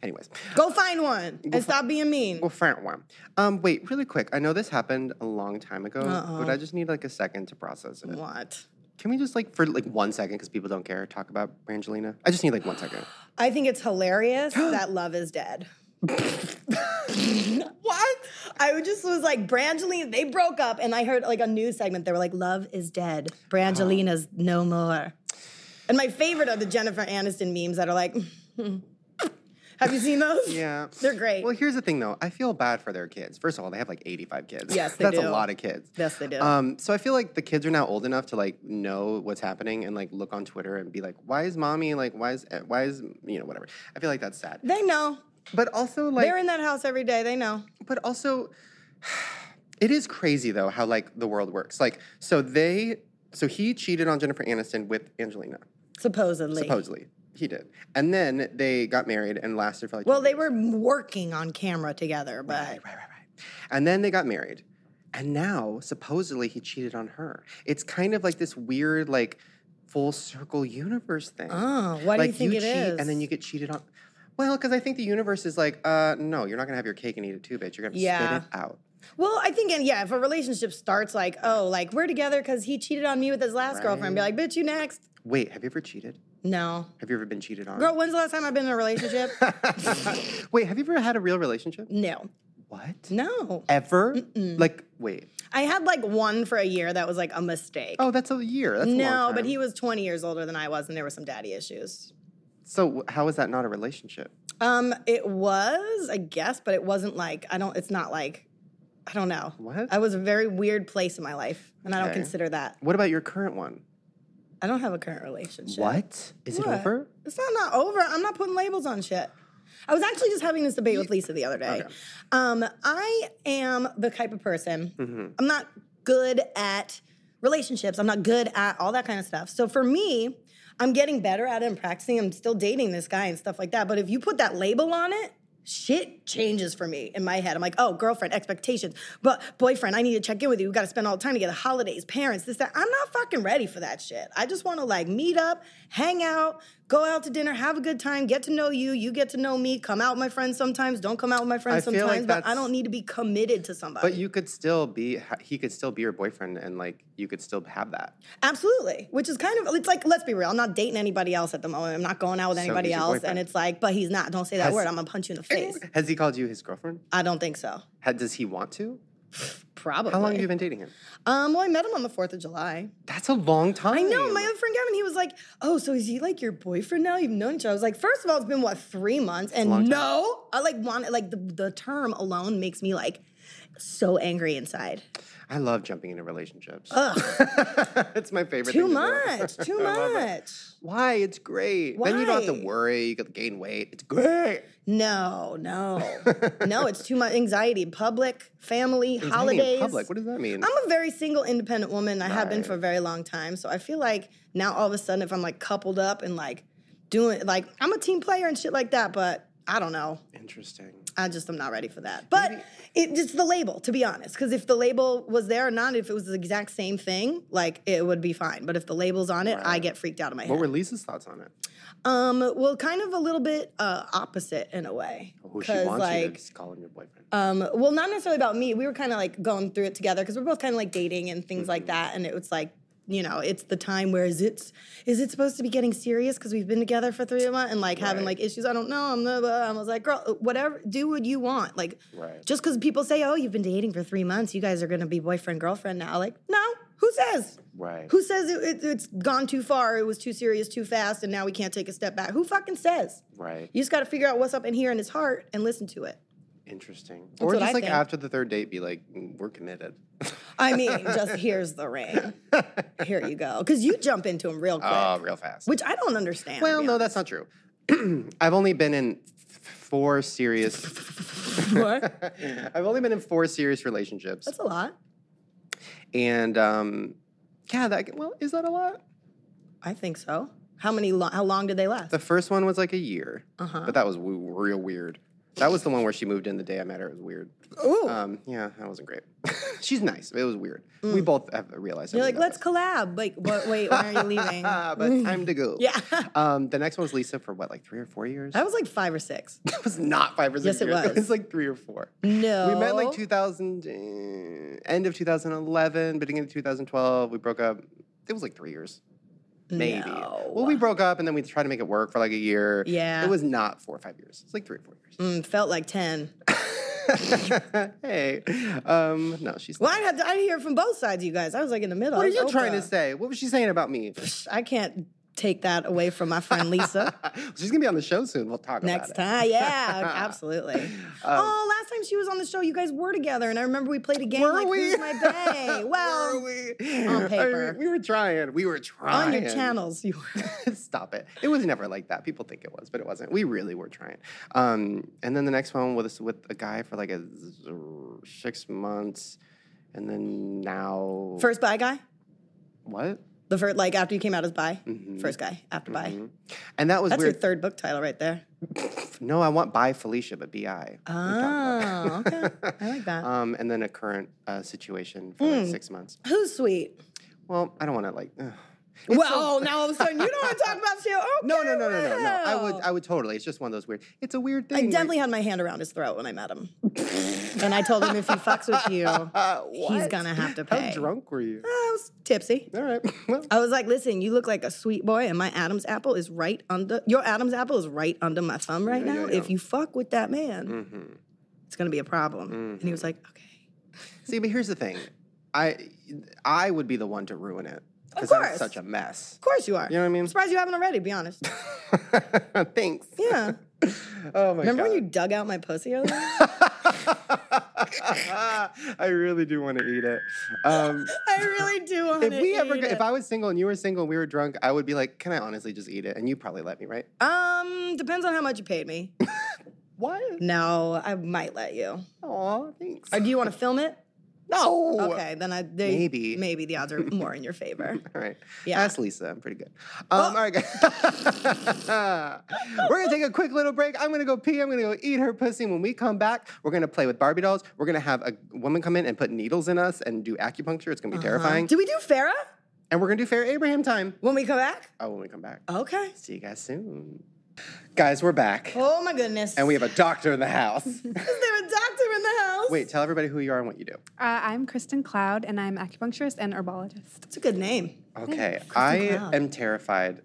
Anyways, Go find one and stop being mean. well, front one. Um, wait, really quick. I know this happened a long time ago, but I just need like a second to process it. What? Can we just like for like one second, because people don't care, talk about Brangelina? I just need like one second. I think it's hilarious that love is dead. what? I would just was like, Brangelina, they broke up, and I heard like a news segment. They were like, Love is dead. Brangelina's no more. And my favorite are the Jennifer Aniston memes that are like, Have you seen those? Yeah. They're great. Well, here's the thing though. I feel bad for their kids. First of all, they have like 85 kids. Yes, they That's do. a lot of kids. Yes, they do. Um, so I feel like the kids are now old enough to like know what's happening and like look on Twitter and be like, "Why is mommy like? Why is eh, why is you know whatever?" I feel like that's sad. they know. But also like, They're in that house every day. They know. but also, it is crazy though how like the world works. Like, so they, so he cheated on Jennifer Aniston with Angelina. Supposedly. Supposedly, he did, and then they got married and lasted for like. Well, 20 they years. were working on camera together, but Right, right, right. And then they got married. And now, supposedly, he cheated on her. It's kind of like this weird, like, full circle universe thing. Oh, why do you Like, think it cheat, And then is? you get cheated on. Well, because I think the universe is like, uh, no, you're not going to have your cake and eat it too, bitch. You're going to Yeah. spit it out. Well, I think, and yeah, if a relationship starts like, oh, like we're together because he cheated on me with his last girlfriend, be like, bitch, you next. Wait, have you ever cheated? No. Have you ever been cheated on? Girl, when's the last time I've been in a relationship? wait, have you ever had a real relationship? no. What? No. Ever? Like, wait. I had like one for a year that was like a mistake. Oh, that's a year. That's a long no, but time. he was 20 years older than I was, and there were some daddy issues. So, how is that not a relationship? Um, it was, I guess, but it wasn't like, I don't, it's not like, I don't know. What? I was a very weird place in my life, and I don't Okay. consider that. What about your current one? I don't have a current relationship. What? Is What? it over? It's not not over. I'm not putting labels on shit. I was actually just having this debate with Lisa the other day. Okay. Um, I am the type of person. Mm-hmm. I'm not good at relationships. I'm not good at all that kind of stuff. So for me, I'm getting better at it and practicing. I'm still dating this guy and stuff like that. But if you put that label on it, shit changes for me in my head. I'm like, oh, girlfriend, expectations. But boyfriend, I need to check in with you. We gotta spend all the time together, holidays, parents, this, that. I'm not fucking ready for that shit. I just wanna like meet up, hang out, go out to dinner, have a good time, get to know you, you get to know me, come out with my friends sometimes, don't come out with my friends I feel sometimes, like but I that's- don't need to be committed to somebody. But you could still be, ha- he could still be your boyfriend and like you could still have that. Absolutely. Which is kind of, it's like, let's be real. I'm not dating anybody else at the moment. I'm not going out with So anybody he's your else. And boyfriend. it's like, but he's not. Don't say that Has- word. I'm going to punch you in the face. Has he called you his girlfriend? I don't think so. Ha- does he want to? Probably. How long have you been dating him? Um, well, I met him on the 4th of July. That's a long time. I know. My other friend Gavin, he was like, oh, so is he like your boyfriend now? You've known each other. I was like, first of all, it's been, what, three months? long And time. no, I like want like the, the term alone makes me like so angry inside. I love jumping into relationships. Ugh. it's my favorite. Too thing to do. much. Too I love it. much. Why? It's great. Then you don't have Why? to worry. You could gain weight. It's great. No, no, no. It's too much anxiety. Public, family, Anxiety in holidays. public. What does that mean? I'm a very single, independent woman. I have been Right. for a very long time. So I feel like now all of a sudden, if I'm like coupled up and like doing like I'm a team player and shit like that, but I don't know. Interesting. I just am not ready for that. But it, it's the label, to be honest. Because if the label was there or not, if it was the exact same thing, like it would be fine. But if the label's on it, I get freaked out of my head. What were Lisa's thoughts on it? Um, well, kind of a little bit uh, opposite in a way. Who she 'Cause, wants you like, to just call him your boyfriend. um, well, not necessarily about me. We were kind of like going through it together because we're both kind of like dating and things Mm-hmm. like that. And it was like, you know, it's the time where is it is it supposed to be getting serious because we've been together for three months and like having Right. like issues. I don't know. I'm the. I was like, girl, whatever. Do what you want. Like, Right. just because people say, oh, you've been dating for three months, you guys are gonna be boyfriend girlfriend now. Like, no. Who says? right. Who says it, it, it's gone too far? It was too serious, too fast, and now we can't take a step back. Who fucking says? right. You just got to figure out what's up in here in his heart and listen to it. Interesting. Or what just I like think. after the third date, be like, "Mm, we're committed. I mean, just here's the ring. Here you go. Because you jump into him real quick, Oh, real fast. which I don't understand. to well, be no, honest. that's not true. I've only been in f- four serious. I've only been in four serious relationships, that's a lot. and um, yeah, that well, is that a lot? I think so. How many? Lo- how long did they last? The first one was like a year, but that was w- real weird. That was the one where she moved in the day I met her. It was weird. Ooh, Um, yeah, that wasn't great. She's nice, but it was weird. We both have realized. you're I like, mean, that let's was- collab. Like, what, wait, when are you leaving? Ah, but time to go. yeah, Um, the next one was Lisa for what, like three or four years? that was like five or six. That was not five or six Yes, it years. Oh. It was. was like three or four. No, We met like 2000, uh, end of 2011, beginning of 2012. We broke up. It was like three years. Maybe. Well, we broke up and then we tried to make it work for like a year. Yeah. It was not four or five years. It's like three or four years. Mm, felt like ten. Mm. hey. Um, no, she's. Well, I had to, I hear from both sides, you guys. I was like in the middle. what are I was you trying to Oprah. say? What was she saying about me? I can't take that away from my friend Lisa. she's going to be on the show soon. We'll talk Next about it. Um, time, yeah, absolutely. oh, last time she was on the show, you guys were together, and I remember we played a game Were like we? "Who's My Bay?" Were Well, we? on I mean, paper. we were trying. We were trying. on your channels, you were. Stop it. It was never like that. People think it was, but it wasn't. We really were trying. Um, and then the next one was with a guy for like a z- six months. And then now. first bi guy. What? The first, like after you came out as bi, Mhm. first guy after bi. And that was That's weird. your third book title right there. no, I want by Felicia, but BI. We Uh, talked Oh, about that. okay, I like that. um, and then a current uh, situation for Hmm. like six months. Who's sweet? Well, I don't want to like. ugh. It's Well, so- oh, now all of a sudden you don't want to talk about shit. Okay, No, no, no, no, no, no. I would, well. I would totally. It's just one of those weird. It's a weird thing. I where- definitely had my hand around his throat when I met him, and I told him if he fucks with you, Uh, he's what? gonna have to How pay. Oh, drunk were you? I was tipsy. All right. Well, I was like, listen, you look like a sweet boy, and my Adam's apple is right under your Adam's apple is right under my thumb right Yeah, now. yeah, Mm. yeah. If you fuck with that man, it's gonna be a problem. And he was Mm-hmm. like, okay. see, but here's the thing. I, I would be the one to ruin it because I'm course. such a mess. Of course you are. You know what I mean? I'm surprised you haven't already, to be honest. Thanks. Yeah. Oh my Remember god. when you dug out my pussy earlier? I really do want to eat it. Um, I really do want if to we ever, eat go- it. if I was single and you were single and we were drunk, I would be like, "Can I honestly just eat it?" And you probably let me, right? Um, depends on how much you paid me. What? no, I might let you. Aw, thanks. Or do you want to film it? no. Okay, then I they, uh, Maybe. maybe the odds are more in your favor. All right. Yeah. Ask Lisa. I'm pretty good. Um, All right, guys. we're going to take a quick little break. I'm going to go pee. I'm going to go eat her pussy. When we come back, we're going to play with Barbie dolls. We're going to have a woman come in and put needles in us and do acupuncture. It's going to be terrifying. Do we do Farah And we're going to do Fair Abraham time. when we come back? Oh, when we come back. Okay. See you guys soon. Guys, we're back. Oh my goodness. And we have a doctor in the house. Is there a doctor in the house? Wait, tell everybody who you are and what you do. Uh, I'm Kristen Cloud, and I'm acupuncturist and herbologist. It's a good name. Okay, I Cloud. am terrified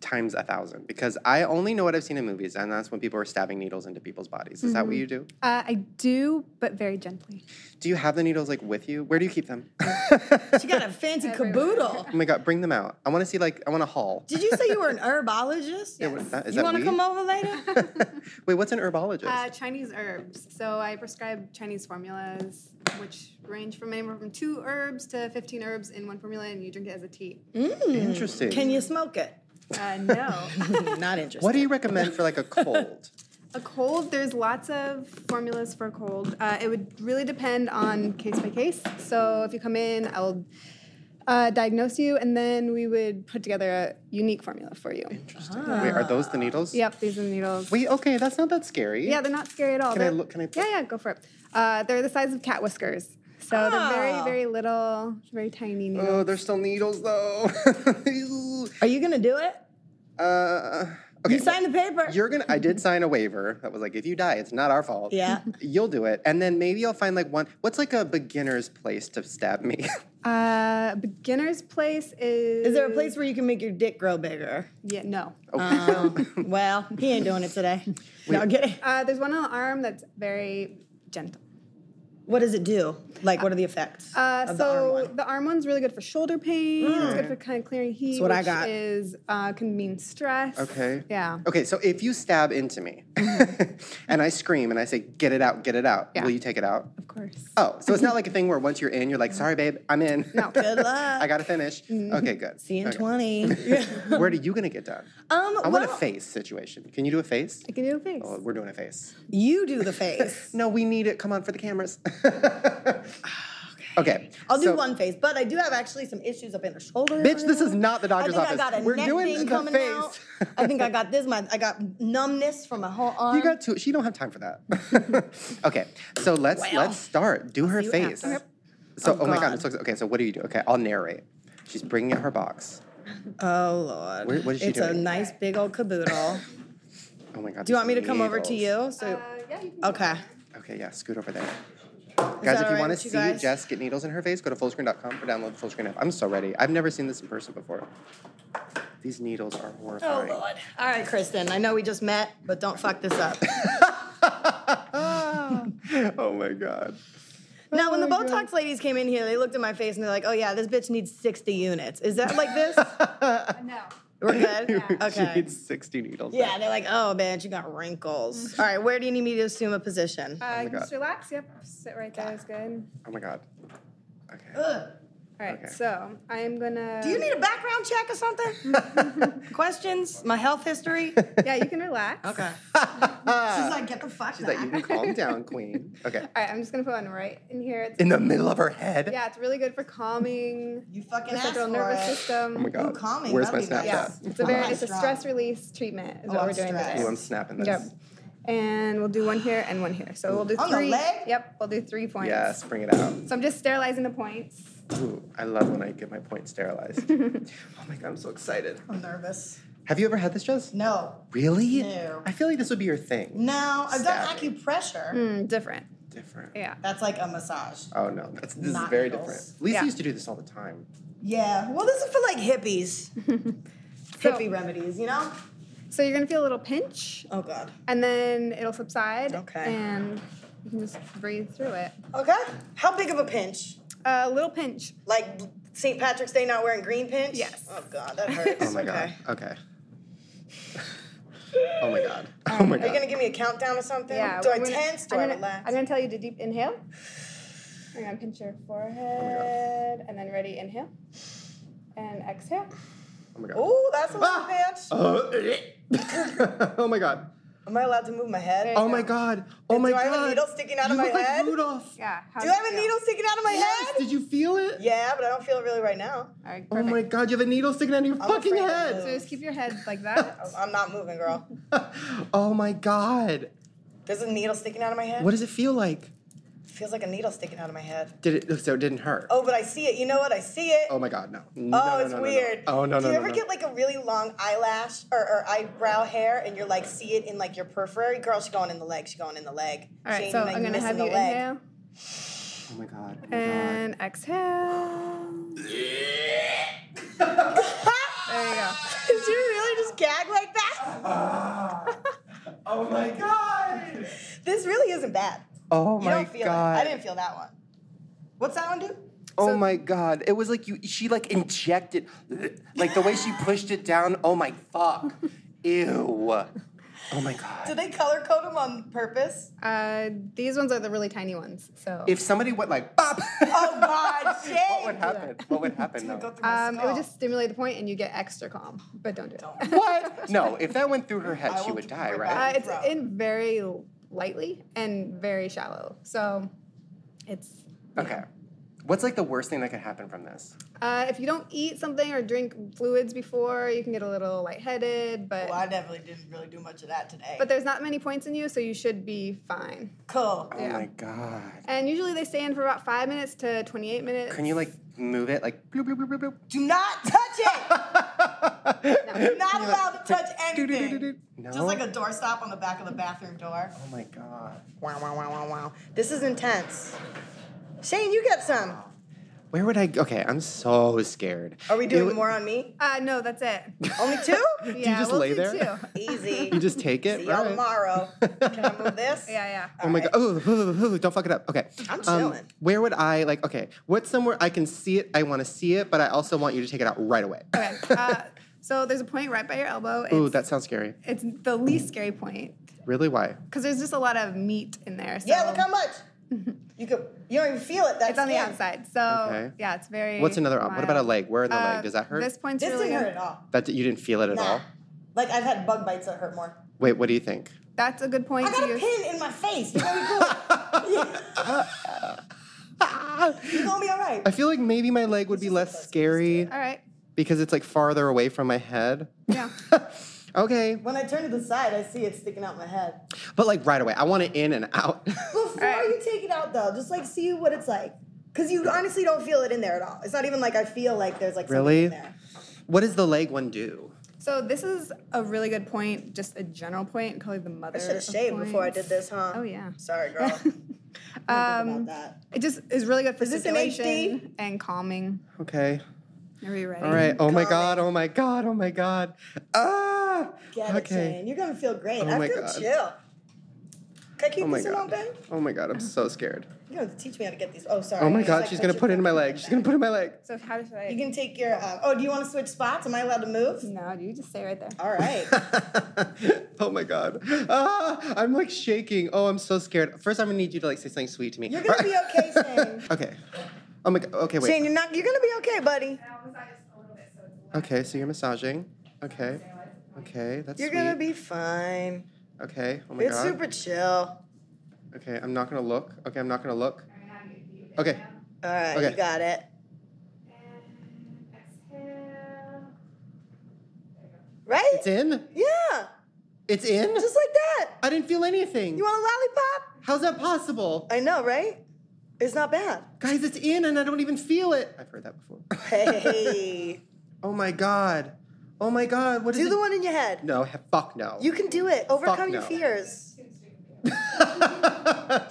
times a thousand because I only know what I've seen in movies, and that's when people are stabbing needles into people's bodies. Is that Mm-hmm. what you do? Uh, I do, but very gently. Do you have the needles like with you? Where do you keep them? oh She got a fancy caboodle. my god, bring them out. I want to see like I want a haul. Did you say you were an herbologist? Yeah, what is that? Is you that want to weed? come over Uh, later? Wait, what's an herbologist? Uh, Chinese herbs. So I prescribe Chinese formulas, which range from anywhere from two herbs to 15 herbs in one formula, and you drink it as a tea. Interesting. Can you smoke it? Uh, no. Not interested. What do you recommend for like a cold? A cold, there's lots of formulas for a cold. Uh, it would really depend on case by case. So if you come in, I will uh, diagnose you, and then we would put together a unique formula for you. Interesting. Ah. Wait, are those the needles? Yep, these are the needles. Wait, okay, that's not that scary. Yeah, they're not scary at all. Can I They're- look- can I put- Yeah, yeah, go for it. Uh, they're the size of cat whiskers. So they're very, very little, very tiny needles. Oh, there's still needles though. Ew. Are you gonna do it? uh, okay. You signed the paper. You're gonna. I did sign a waiver that was like, if you die, it's not our fault. Yeah. You'll do it, and then maybe I'll find like one. What's like a beginner's place to stab me? Uh, beginner's place is. Is there a place where you can make your dick grow bigger? Oh, Yeah, no. well, he ain't doing it today. No, I'm kidding. Uh, there's one on the arm that's very gentle. What does it do? Like, what are the effects? Uh, of so the arm one? one's really good for shoulder pain. It's good for kind of clearing heat. what I which got. Is uh, can mean stress. Okay. Yeah. Okay, so if you stab into me, Mm-hmm. and I scream and I say, "Get it out! Get it out!" Yeah. Will you take it out? Of course. Oh, so it's not like a thing where once you're in, you're like, "Sorry, babe, I'm in." No. Good luck. Mm-hmm. I gotta finish. Okay, good. See you in Okay. twenty. Where are you gonna get done? Um, I want a well- face situation. Can you do a face? I can do a face. Oh, we're doing a face. you do the face. No, we need it. Come on for the cameras. okay. I'll do so- one face, but I do have actually some issues up in her shoulder. Bitch, this is not the I doctor's think office. I got a we're neck doing thing the coming face. out. I think I got this. My I got numbness from my whole arm. You got two. She don't have time for that. okay, so let's Well, let's start. Do her see you face. after. Yep. So, oh, Oh, my god, God. this looks okay. So, what do you do? Okay, I'll narrate. She's bringing out her box. Oh lord. Where- what is she it's a doing? nice big old caboodle. Oh my god. do you want me to come over to Uh, you? So yeah, you can okay. Okay, yeah, scoot over there. that guys, if all you right want to with you see guys? Jess get needles in her face, go to fullscreen.com or download the full screen app. I'm so ready. I've never seen this in person before. These needles are Oh horrifying. lord. All right, Kristen. I know we just met, but don't fuck this up. oh my god. now, when the Botox ladies came in here, they looked at my face and they're like, "Oh yeah, this bitch needs 60 units." Is that like this? No. We're good. Okay. she needs 60 needles. Yeah, they're like, oh man, you got wrinkles. All right, where do you need me to assume a position? Uh, God. you can just relax. Yep. Sit right there is good. Oh my god. Okay. All right. Okay. So I am gonna. do you need a background check or something? Questions? My health history? yeah, you can relax. Okay. She's like, get the fuck She's like, you can back." calm down, queen. Okay. All right. I'm just gonna put one right in here. It's, In the middle of her head. yeah, it's really good for calming You fucking the asked central for nervous it. system. Oh my god. calming, Where's my that'd be Snapchat? nice. Yeah, it's a very it's a Strong. stress release treatment Oh, is what I'm we're doing stressed. today. Ooh, Oh, I'm snapping this. Yep. And we'll do one here and one here. So we'll do On the three. leg? Yep, we'll do three points. Yes, bring it out. So I'm just sterilizing the points. Ooh, I love when I get my point sterilized. oh my god, I'm so excited. I'm nervous. Have you ever had this, Jess? No. Really? No. I feel like this would be your thing. No, I've done Stabbing. Hmm. acupressure. Mm, different. Different. Yeah. That's like a massage. Oh no, that's, this is Not very needles. different. Lisa Yeah. used to do this all the time. Yeah. Well, this is for like hippies. Hippie remedies, you know? So you're gonna feel a little pinch, Oh god. and then it'll subside. Okay. And you can just breathe through it. Okay. How big of a pinch? A little pinch. Like St. Patrick's Day not wearing green pinch? Yes. Oh god, that hurts. Oh my okay. god. Okay. oh my god. Oh my Um, Are you god. gonna give me a countdown or something? Yeah. Do I we're gonna- tense? Do I'm I gonna, relax? I'm gonna tell you to deep inhale. I'm gonna pinch your forehead, and then ready inhale, and exhale. Oh my god. Ooh, that's a little Ah! pinch. Uh, oh my god. Am I allowed to move my head? Oh my god. Oh my Do I god. have a needle sticking out you of my look head? Like Rudolph. Yeah. how Do I does it have a feel? needle sticking out of my Yes. head? Did you feel it? Yeah, but I don't feel it really right now. All right. Oh Perfect. my god, you have a needle sticking out of your I'm fucking afraid of So head. just keep your head like that. Oh, I'm not moving, girl. oh my god. There's a needle sticking out of my head. What does it feel like? Feels like a needle sticking out of my head. Did it so it didn't hurt? Oh, but I see it. You know what? I see it. Oh my god, no. no Oh, no, no, it's no, no. weird. Oh no, no, Do you no, ever no. get like a really long eyelash or, or eyebrow hair, and you're like, see it in like your periphery? Girl, she going in the leg. She going in the leg. She All right. ain't, So like, I'm gonna missing have the you leg. inhale Oh my god. Oh my god. and exhale. There you go. Did you really just gag like that? Oh my god. This really isn't bad. Oh You my don't feel god. it. I didn't feel that one. What's that one do? Oh my god. It was like you she like injected like the way she pushed it down. Oh my fuck. Ew. Oh my god. Do they color code them on purpose? Uh, these ones are the really tiny ones. So If somebody went like bop, Oh God, what would shit! happen? What would happen? Go though? through my um, it would skull. just stimulate the point, and you get extra calm. But don't do it. What? No, if that went through her head, I she will would do die, my Uh, right? best. it's Bro. in very lightly and very shallow. So it's Okay. What's like the worst thing that could happen from this? uh, if you don't eat something or drink fluids before, you can get a little lightheaded. But Well, I definitely didn't really do much of that today. but there's not many points in you, so you should be fine. cool. Oh my god. And usually they stay in for about five minutes to 28 minutes. Can you like move it like bloop bloop bloop bloop bloop? Do not touch it. no. You're not allowed to touch anything. No. Just like a doorstop on the back of the bathroom door. Oh my god. Wow, wow, wow, wow, wow. This is intense. Shane, you got some. Where would I go? Okay, I'm so scared. Are we doing It- more on me? Uh, no, that's it. Only two? Do Yeah, you just we'll lay do there? two. Yeah, Easy. You just take it? See y'all Right. tomorrow. Can I move this? yeah. Oh my Alright. god! Oh, oh, oh, oh, don't fuck it up. Okay, I'm Um, chilling. where would I like? Okay, what's somewhere I can see it? I want to see it, but I also want you to take it out right away. Okay. Uh, so there's a point right by your elbow. It's, Ooh, that sounds scary. it's the least scary point Really? Why? because there's just a lot of meat in there. So Yeah, look how much. You could you don't even feel it. That's It's on the skin. outside. So Okay. yeah, it's very. What's another arm? What about a mild. leg? Where in the Uh, leg? Does that hurt? This point's This really didn't hurt good. at all. that you didn't feel it at Nah. all. Like I've had bug bites that hurt more. Wait, what do you think? That's a good point I to got a use. pin in my face. You gonna be cool? you gonna be all right. I feel like maybe my leg would be less scary All right. because it's like farther away from my head. Yeah. okay, When I turn to the side, I see it sticking out my head. but like right away, I want it in and out. Before All right. you take it out, though, just like see what it's like, because you honestly don't feel it in there at all. It's not even like I feel like there's like something Really? in there. what does the leg one do? so this is a really good point, just a general point, probably the mother. I should of have shaved before I did points. this, huh? Oh yeah. Sorry, girl. I Um, didn't think about that. It just is really good for Is this in HD? stimulation and calming. Okay. Are you ready? All right. Oh my god. Oh my god. Oh my god. Ah. Get it, okay. Shane. You're gonna feel great. Oh I my feel God. chill. Can I keep Oh my this alone, babe? god. Oh my god. I'm so scared. You're gonna teach me how to get these. Oh, sorry. Oh my Just, god. like, She's gonna your put it in my foot leg. like She's that. gonna put it in my leg. So how does I? You can take your. Uh, oh, do you want to switch spots? Am I allowed to move? no, you just stay right there. All right. oh my god. Ah, I'm like shaking. Oh, I'm so scared. First, I'm gonna need you to like say something sweet to me. You're gonna be okay, Shane. okay. Oh my god. Okay. Wait. Shane, you're not. You're gonna be okay, buddy. Okay. So you're massaging. Okay. Okay. That's You're sweet. gonna be fine. Okay. Oh my It's god. super chill. Okay. I'm not gonna look. Okay. I'm not gonna look. Okay. All right, Okay. you got it. Right? It's in. Yeah, It's in. just like that. I didn't feel anything. You want a lollipop? How's that possible? I know, right? It's not bad. Guys, it's in and I don't even feel it. I've heard that before. Hey, oh my god. Oh my god. What is do it? the one in your head. No, he- fuck no. You can do it. Overcome your no. fears.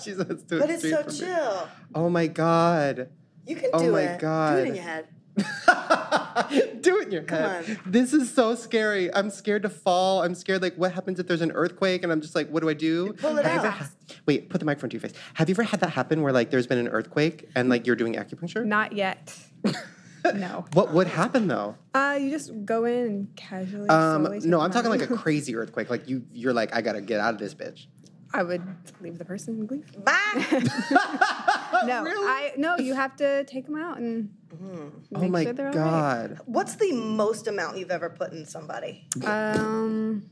she says it's too But it's extreme so for me. chill. Oh my god. You can Oh do my it. Do it God. in your head. do it in your head. This is so scary. I'm scared to fall. I'm scared like what happens if there's an earthquake and I'm just like, what do I do? Pull it Have you ever out. ha- Wait, put the microphone to your face. Have you ever had that happen where like there's been an earthquake and like you're doing acupuncture? Not yet. no. What would happen though? Uh, you just go in and casually. Um, slowly take no, them I'm talking out. like a crazy earthquake. Like you, you're like, I gotta get out of this bitch. I would leave the person and leave. Bye. Oh, no, I no. You have to take them out and Mm-hmm. make oh my sure they're all right. god. What's the most amount you've ever put in somebody? Um,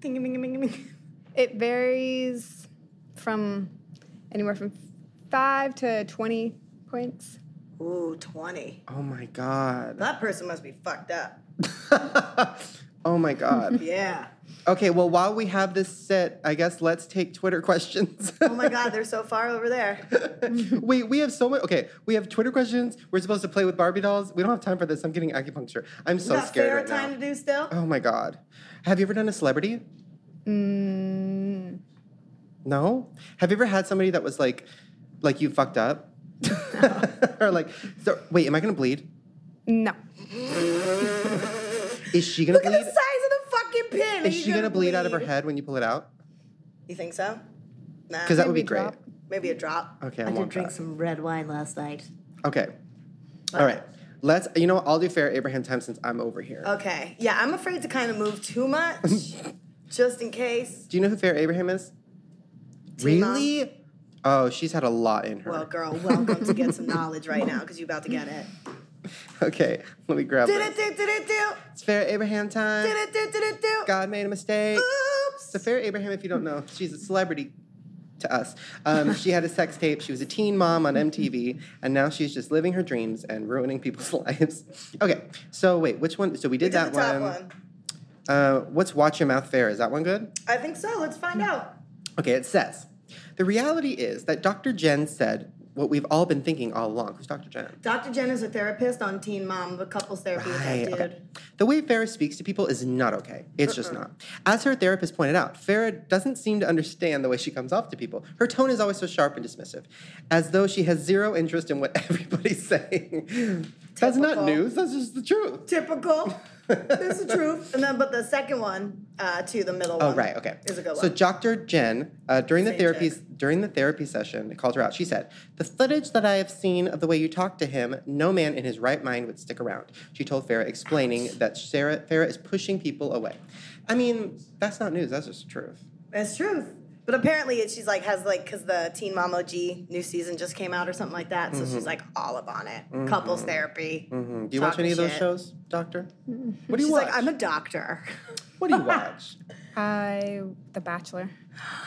Ding, ding, ding, ding. it varies from anywhere from five to twenty points. Ooh, 20. Oh my god. That person must be fucked up. oh my god. Yeah. Okay, well, while we have this set, I guess let's take Twitter questions. Oh my God, they're so far over there. Wait, we have so much. Okay, we have Twitter questions. We're supposed to play with Barbie dolls. We don't have time for this. I'm getting acupuncture. I'm so Got scared fair right time now. to do still. Oh my god. Have you ever done a celebrity? Mm, No. Have you ever had somebody that was like, like you fucked up, or like, so, wait, am I gonna bleed? no, Is she gonna Look at bleed? the size of the fucking pin. Are Is you she gonna, bleed, out of her head when you pull it out? You think so? Nah. Because that would be Maybe great. drop. maybe a drop. Okay, I, I did want drink that. some red wine last night. Okay. All right. Let's. You Oh. know what? I'll do fair Abraham time since I'm over here. Okay. Yeah, I'm afraid to kind of move too much. just in case. Do you know who Fair Abraham is? Tima. Really? Oh, she's had a lot in her. Well, girl, welcome to get some knowledge right now because you're about to get it. Okay, let me grab Did it. it do did it do? It's Fair Abraham time. Did it do did it do? God made a mistake. Oops. So Farrah Abraham, if you don't know, she's a celebrity to us. Um, she had a sex tape. She was a teen mom on MTV, and now she's just living her dreams and ruining people's lives. Okay, so wait, which one? So we did We did that the top one. Uh, what's Watch Your Mouth Fair? Is that one good? I think so. Let's find out. Okay, it says the reality is that Dr. Jen said what we've all been thinking all along. Who's Dr. Jen? Dr. Jen is a therapist on Teen Mom, the couples therapy with that Right, dude. okay. The way Farah speaks to people is not okay. It's just not. As her therapist pointed out, Farah doesn't seem to understand the way she comes off to people. Her tone is always so sharp and dismissive, as though she has zero interest in what everybody's saying. That's not Typical. news. That's just the truth. Typical. That's the truth. And then, but the second one uh, to the middle one. Oh right, okay. Is a good so one. Dr. Jen, uh, during the Same therapy chick. during the therapy session, called her out. She said, "The footage that I have seen of the way you talked to him, no man in his right mind would stick around." She told Farah, explaining that Sarah Farah is pushing people away. I mean, that's not news. That's just the truth. That's truth. But apparently, it, she's like has like because the Teen Mom OG new season just came out or something like that. So she's like all up on it. Couples therapy. Mm, Mm-hmm. Do you watch Talking any of those shit. shows, Doctor? What do you She's watch? like, I'm a doctor. what do you watch? I The Bachelor.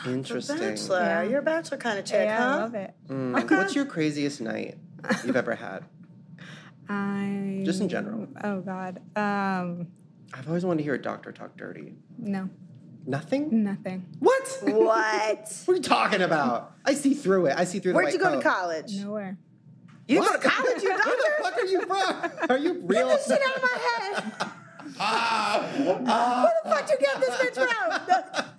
Interesting. Bachelor. Yeah. You're a bachelor kind of chick, yeah, huh? I love it. Mm, What's your craziest night you've ever had? I Just in general. Oh God. Um, I've always wanted to hear a doctor talk dirty. no, Nothing? nothing. What? Mm. What? What are you talking about? I see through it. I see through Where'd the you white go to coat. college? Nowhere. You What? go to college, you doctor? Where the fuck are you from? Are you real? Get this shit out of my head. Ah. Where the fuck you get this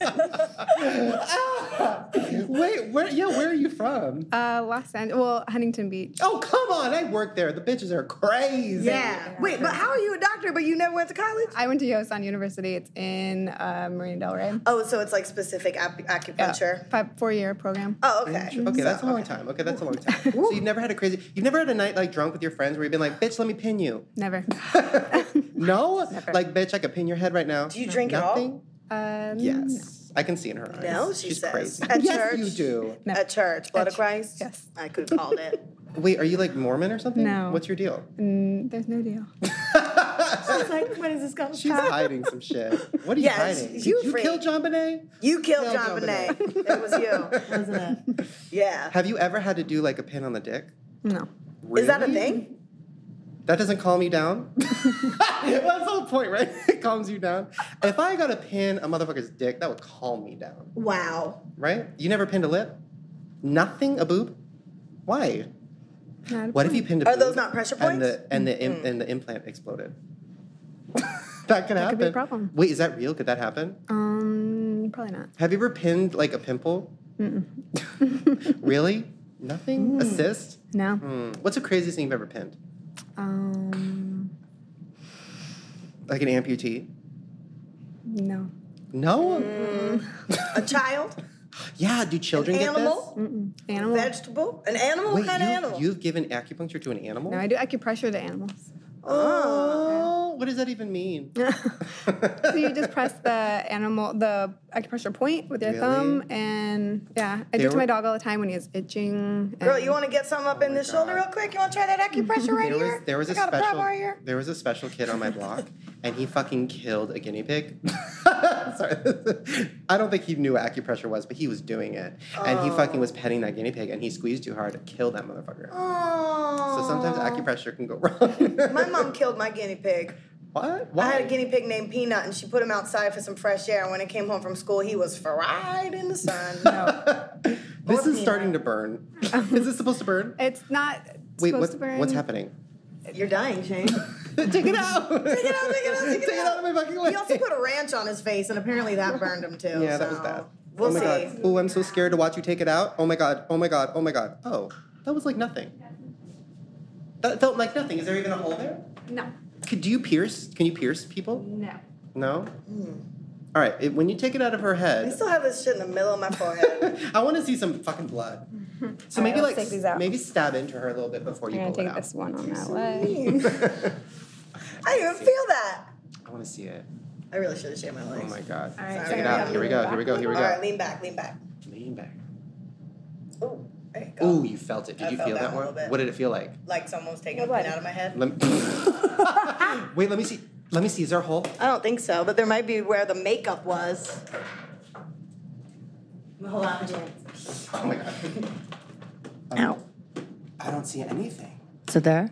bitch from? Wait, where? Yeah, where are you from? Uh, Los Angeles. Well, Huntington Beach. Oh come on! I work there. The bitches are crazy. yeah. Wait, but how are you a doctor but you never went to college? I went to Yosan University. It's in uh, Marina Del Rey. Oh, so it's like specific ac- acupuncture. Five, four year program. Oh, okay. Okay, that's a long time. Okay, that's a long time. so you've never had a crazy. You've never had a night like drunk with your friends where you've been like, "Bitch, let me pin you." Never. No, like, bitch, I could pin your head right now. Do you drink at all? Nothing? Um, Yes, I can see in her eyes. No, she she's says. crazy. At yes, church? you do. At church, blood of Christ. yes. I could have called it. Wait, are you like Mormon or something? No. What's your deal? Mm, there's no deal. It's like, when is this going? She's hiding some shit. What are you Yeah, hiding? she's- Did you you freak. kill John Bonet? You killed Killed John John Bonet. Bonet. it was you, wasn't it? Yeah. Have you ever had to do like a pin on the dick? No. Really? Is that a thing? That doesn't calm you down. That's the whole point, right? It calms you down. If I got to pin a motherfucker's dick, that would calm me down, Wow. right? You never pinned a lip? Nothing? A boob? Why? Not a What if you pinned a Are boob those not pressure Mm. And the and the im- and the implant exploded. that could happen. could be a problem. Wait, is that real? Could that happen? Um, probably not. Have you ever pinned like a pimple? really? Mm. Nothing? A cyst? No. Hmm. What's the craziest thing you've ever pinned? Um, Like an amputee? no. No. Mm. A child? Yeah, do children get animal? this? Animal. Vegetable? An animal? Wait, what kind you, of animal? you've given acupuncture to an animal? No, I do acupressure to animals. oh, what does that even mean? So you just press the animal, the acupressure point with your Really? thumb, and yeah, I do There it to my were- dog all the time when he is itching. Girl, and- you want to get something up in this shoulder real quick? You want to try that acupressure right Oh There here? was there was I a got a special problem right here. there was a special kid on my block, and he fucking killed a guinea pig. Sorry, I don't think he knew what acupressure was, but he was doing it, and he fucking was petting that guinea pig, and he squeezed too hard, killed that motherfucker. So sometimes acupressure can go wrong. My mom killed my guinea pig. what? I Why? had a guinea pig named Peanut, and she put him outside for some fresh air. And when it came home from school, he was fried in the sun. This Or is starting to burn. is this supposed to burn? It's not Wait, supposed what's, to burn. what's happening? You're dying, Shane. take it out. Take it out, take it out, take it out. of my fucking way. He also put a ranch on his face, and apparently that burned him too. yeah, that was so bad. We'll oh my see. god. Oh, I'm so scared to watch you take it out. Oh my god. Oh my god. Oh my god. Oh, that was like nothing. That felt like nothing. Is there even a hole there? No, Could do you pierce? Can you pierce people? no. No. Hmm. All right. It, when you take it out of her I head, still have this shit in the middle of my forehead. I want to see some fucking blood. So All right, maybe like let's take s- these out. maybe stab into her a little bit before I'm you gonna pull it take out. this one on that leg. I didn't even feel that. I want to see it. I really should have shaved my legs. Oh my god. All right, Check sorry, it I out. have Here we to go. go Here we go. Here we All right, go. lean back, lean back. Lean back. Ooh, there you go. Ooh, you felt it. Did I you felt feel that that a one? little bit. What did it feel like? Like someone's taking a pin Nobody. out of my head. Lem- Wait, let me see. Let me see. Is there a hole? I don't think so, but there might be where the makeup was. Hold on, Oh my god. Ow. Um, I don't see anything. Is it there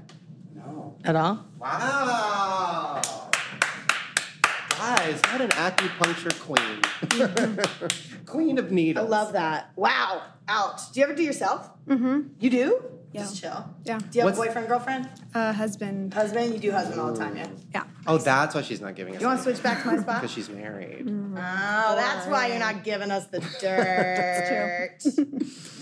No. at all? Wow. Guys, what an acupuncture queen. queen of Mm-hmm. I needles. love that. Wow. Ouch. Do you ever do yourself? Mm-hmm. You do? Yeah. Just chill. Yeah. Do you have What's- a boyfriend, girlfriend? Uh, husband. Husband? You do husband all the time, yeah. Yeah. Oh, that's why she's not giving us You want to switch back to my spot? Because she's married. Oh, that's why you're not giving us the dirt.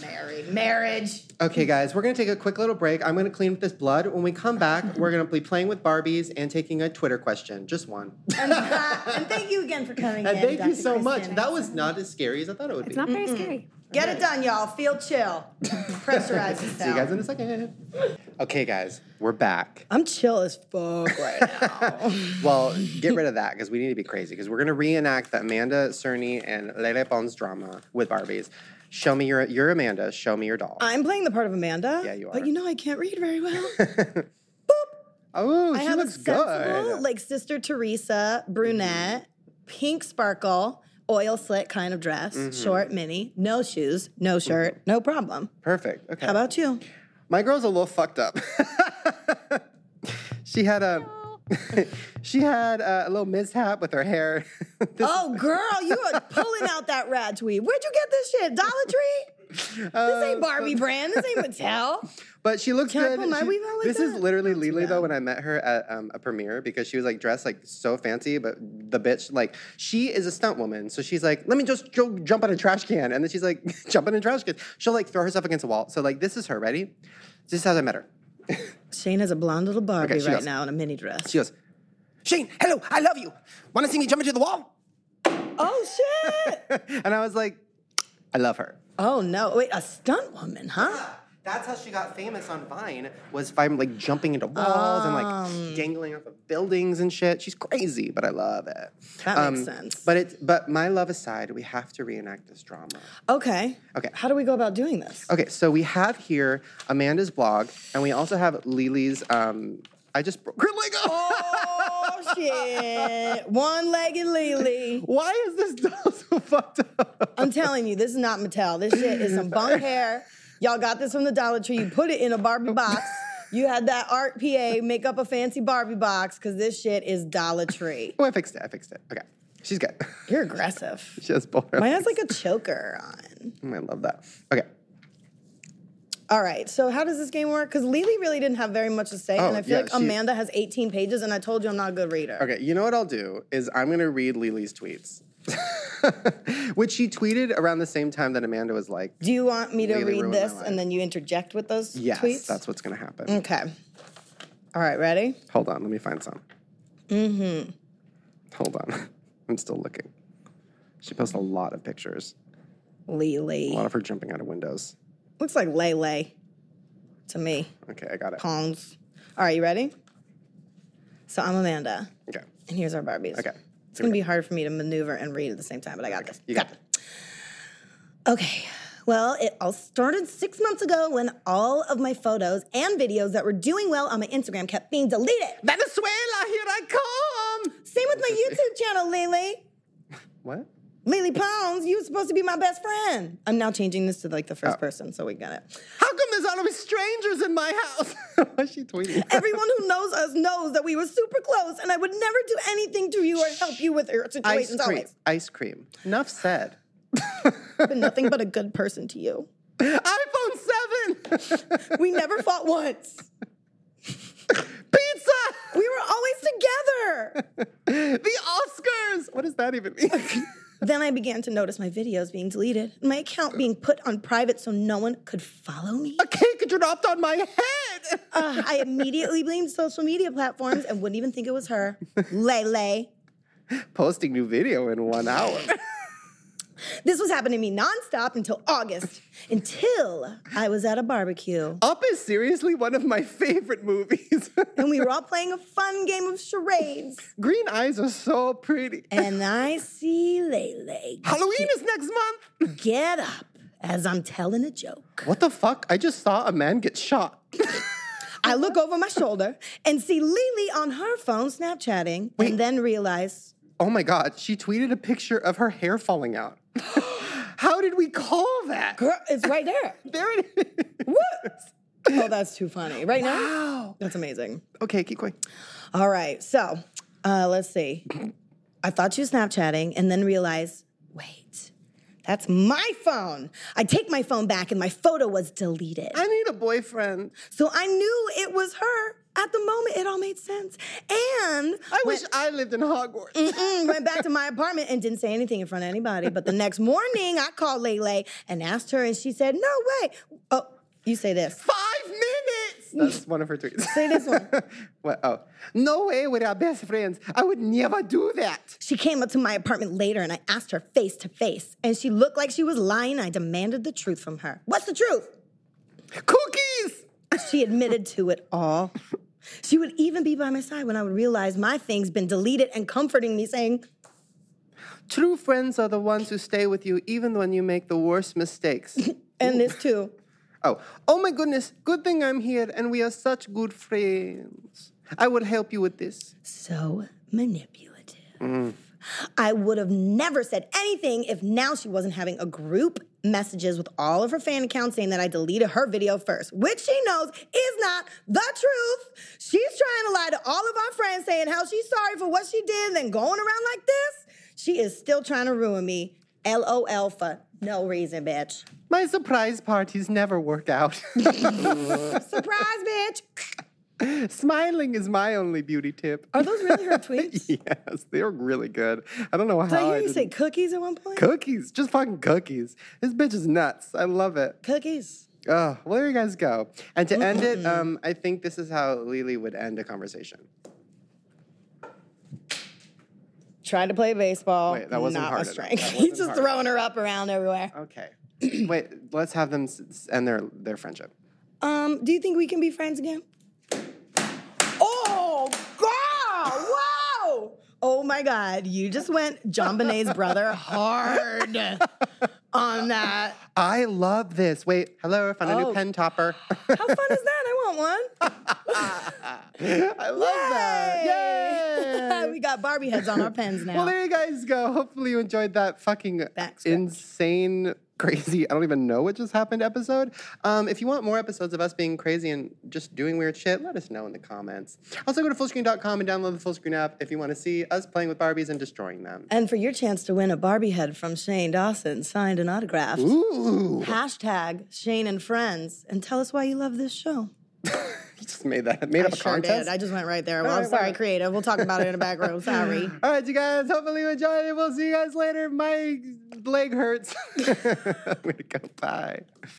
Married. Marriage. Okay, guys, we're gonna take a quick little break. I'm gonna clean up this blood. When we come back, we're gonna be playing with Barbies and taking a Twitter question. Just one. And, uh, and thank you again for coming And in. thank you Dr. so much. Kristen. That was not as scary as I thought it would be. It's not very scary. Get it done, y'all. Feel chill. Pressurize yourself. See you guys in a second. Okay, guys, we're back. I'm chill as fuck right now. Well, get rid of that because we need to be crazy because we're gonna reenact the Amanda Cerny and Lele Pons drama with Barbies. Show me your your Amanda. Show me your doll. I'm playing the part of Amanda. Yeah, you are. But you know I can't read very well. oh, I she have a looks sensible, good. like Sister Teresa, brunette, pink sparkle, oil slit kind of dress, Mm-hmm. short, mini, no shoes, no shirt, no problem. Perfect. Okay. How about you? My girl's a little fucked up. she had a she had a, little mishap with her hair. This- Oh, girl, you are pulling out that rat tweet. Where'd you get this shit? Dollar Tree? uh, This ain't Barbie brand. This ain't Mattel. But she looks Can I good. pull my She- weave out like this is that? literally Not too Lily though. bad. When I met her at um, a premiere, because she was like dressed like so fancy, but the bitch like she is a stunt woman, so she's like, let me just go jump on a trash can, and then she's like jumping in trash cans. She'll like throw herself against a wall. So like this is her. Ready? This is how I met her. Shane has a blonde little Barbie Okay, she right goes. now in a mini dress. She goes, Shane, hello, I love you. Want to see me jump into the wall? oh, shit. and I was like, I love her. Oh, no. Wait, a stunt woman, huh? That's how she got famous on Vine was by like jumping into walls and Um. like dangling off of buildings and shit. She's crazy, but I love it. That makes sense. Um, But it's but my love aside, we have to reenact this drama. Okay. Okay. How do we go about doing this? Okay, so we have here Amanda's blog, and we also have Lily's. Um, I just broke her leg off. Oh shit! One-legged Lily. Why is this doll so fucked up? I'm telling you, this is not Mattel. This shit is some bunk hair. Y'all got this from the Dollar Tree. You put it in a Barbie box. You had that art PA make up a fancy Barbie box because this shit is Dollar Tree. Oh, I fixed it. I fixed it. Okay, she's good. You're aggressive. she has both. her Mine has legs. like a choker on. Mm, I love that. Okay. All right, so how does this game work? Because Lily really didn't have very much to say, Oh, and I feel yeah, like she- Amanda has 18 pages, and I told you I'm not a good reader. Okay, you know what I'll do is I'm gonna read Lily's tweets, which she tweeted around the same time that Amanda was like, Do you want me to Lily read ruined my this life. and then you interject with those "Yes, tweets? that's what's gonna happen." Okay. All right, ready? Hold on, let me find some. Mm-hmm. Hold on, I'm still looking. She posts a lot of pictures, a Lily. lot of her jumping out of windows. Looks like Lele to me. Okay, I got it. Pons. All right, you ready? So I'm Amanda, Okay, and here's our Barbies. okay, It's going to be hard for me to maneuver and read at the same time, but I got this. you got it. Okay. Well, it all started six months ago when all of my photos and videos that were doing well on my Instagram kept being deleted. Venezuela, here I come. Same with my YouTube channel, Lily. What? Lily Pounds, you were supposed to be my best friend. I'm now changing this to like the Oh. first person, so we got it. How come there's always strangers in my house? What's she tweeting? Everyone who knows us knows that we were super close, and I would never do anything to you or help you with your ice situations cream. always. Ice cream. Enough said. Been nothing but a good person to you. iPhone 7! We never fought once. Pizza! We were always together. The Oscars! What does that even mean? Then I began to notice my videos being deleted, and my account being put on private so no one could follow me. A cake dropped on my head! Uh, I immediately blamed social media platforms and wouldn't even think it was her. Lele. Posting new video in one hour. This was happening to me nonstop until August, until I was at a barbecue Up is seriously one of my favorite movies. and we were all playing a fun game of charades. Green eyes are so pretty. And I see Lele Halloween is next month. get up as I'm telling a joke. What the fuck? I just saw a man get shot. Uh-huh. I look over my shoulder and see Lily on her phone Snapchatting, and then realize Oh my god, she tweeted a picture of her hair falling out. How did we call that? "Girl, it's right there. There it is. oh, that's too funny. Right now? That's amazing. Okay, keep going. All right. So uh, let's see. I thought she was Snapchatting and then realized wait, that's my phone. I take my phone back and my photo was deleted. I need a boyfriend. so I knew it was her. At the moment, it all made sense. And I wish I lived in Hogwarts. Mm-mm, went back to my apartment and didn't say anything in front of anybody. But the next morning, I called Lele and asked her, and she said, "No way." Oh, you say this. Five minutes. That's one of her tweets. Say this one. what? Oh, no way. We're our best friends. I would never do that. She came up to my apartment later, and I asked her face to face, and she looked like she was lying. I demanded the truth from her. What's the truth? Cookies. She admitted to it all. She would even be by my side when I would realize my thing's been deleted and comforting me, saying, True friends are the ones who stay with you even when you make the worst mistakes. and this too. Oh, oh my goodness. Good thing I'm here and we are such good friends. I will help you with this. so manipulative. I would have never said anything if now she wasn't having a group messages with all of her fan accounts saying that I deleted her video first, which she knows is not the truth. She's trying to lie to all of our friends saying how she's sorry for what she did and then going around like this. She is still trying to ruin me. LOL for no reason, bitch. My surprise parties never work out. Surprise, bitch. Smiling is my only beauty tip. Oh, Are those really her tweets? yes, they are really good. I don't know how Did I hear I you say didn't- cookies at one point? cookies, just fucking cookies. This bitch is nuts. I love it. cookies. Oh, well, there you guys go. And to end Mm. it, um, I think this is how Lily would end a conversation. Tried to play baseball. Wait, that wasn't not hard my enough. strength. That He's wasn't just hard Um, throwing her up around everywhere. Okay. Wait, let's have them s- s- end their their friendship. Um, do you think we can be friends again? Oh God! Wow! Oh my God! You just went John Bonet's brother hard on that. I love this. Wait, hello, I found a Oh. new pen topper. How fun is that? I want one. I love that. Yay! we got Barbie heads on our pens now. Well, there you guys go. Hopefully, you enjoyed that fucking Backstretch. insane, crazy. I don't even know what just happened. Episode. Um, if you want more episodes of us being crazy and just doing weird shit, let us know in the comments. Also, go to fullscreen.com and download the fullscreen app if you want to see us playing with Barbies and destroying them. and for your chance to win a Barbie head from Shane Dawson, signed and autographed. Ooh! Hashtag Shane and friends, and tell us why you love this show. You just made that made up a contest. I just went right there. Well, I'm right, why sorry, not? creative. We'll talk about it in a back room. Sorry. All right, you guys. Hopefully you enjoyed it. We'll see you guys later. My leg hurts. Way to go. Bye.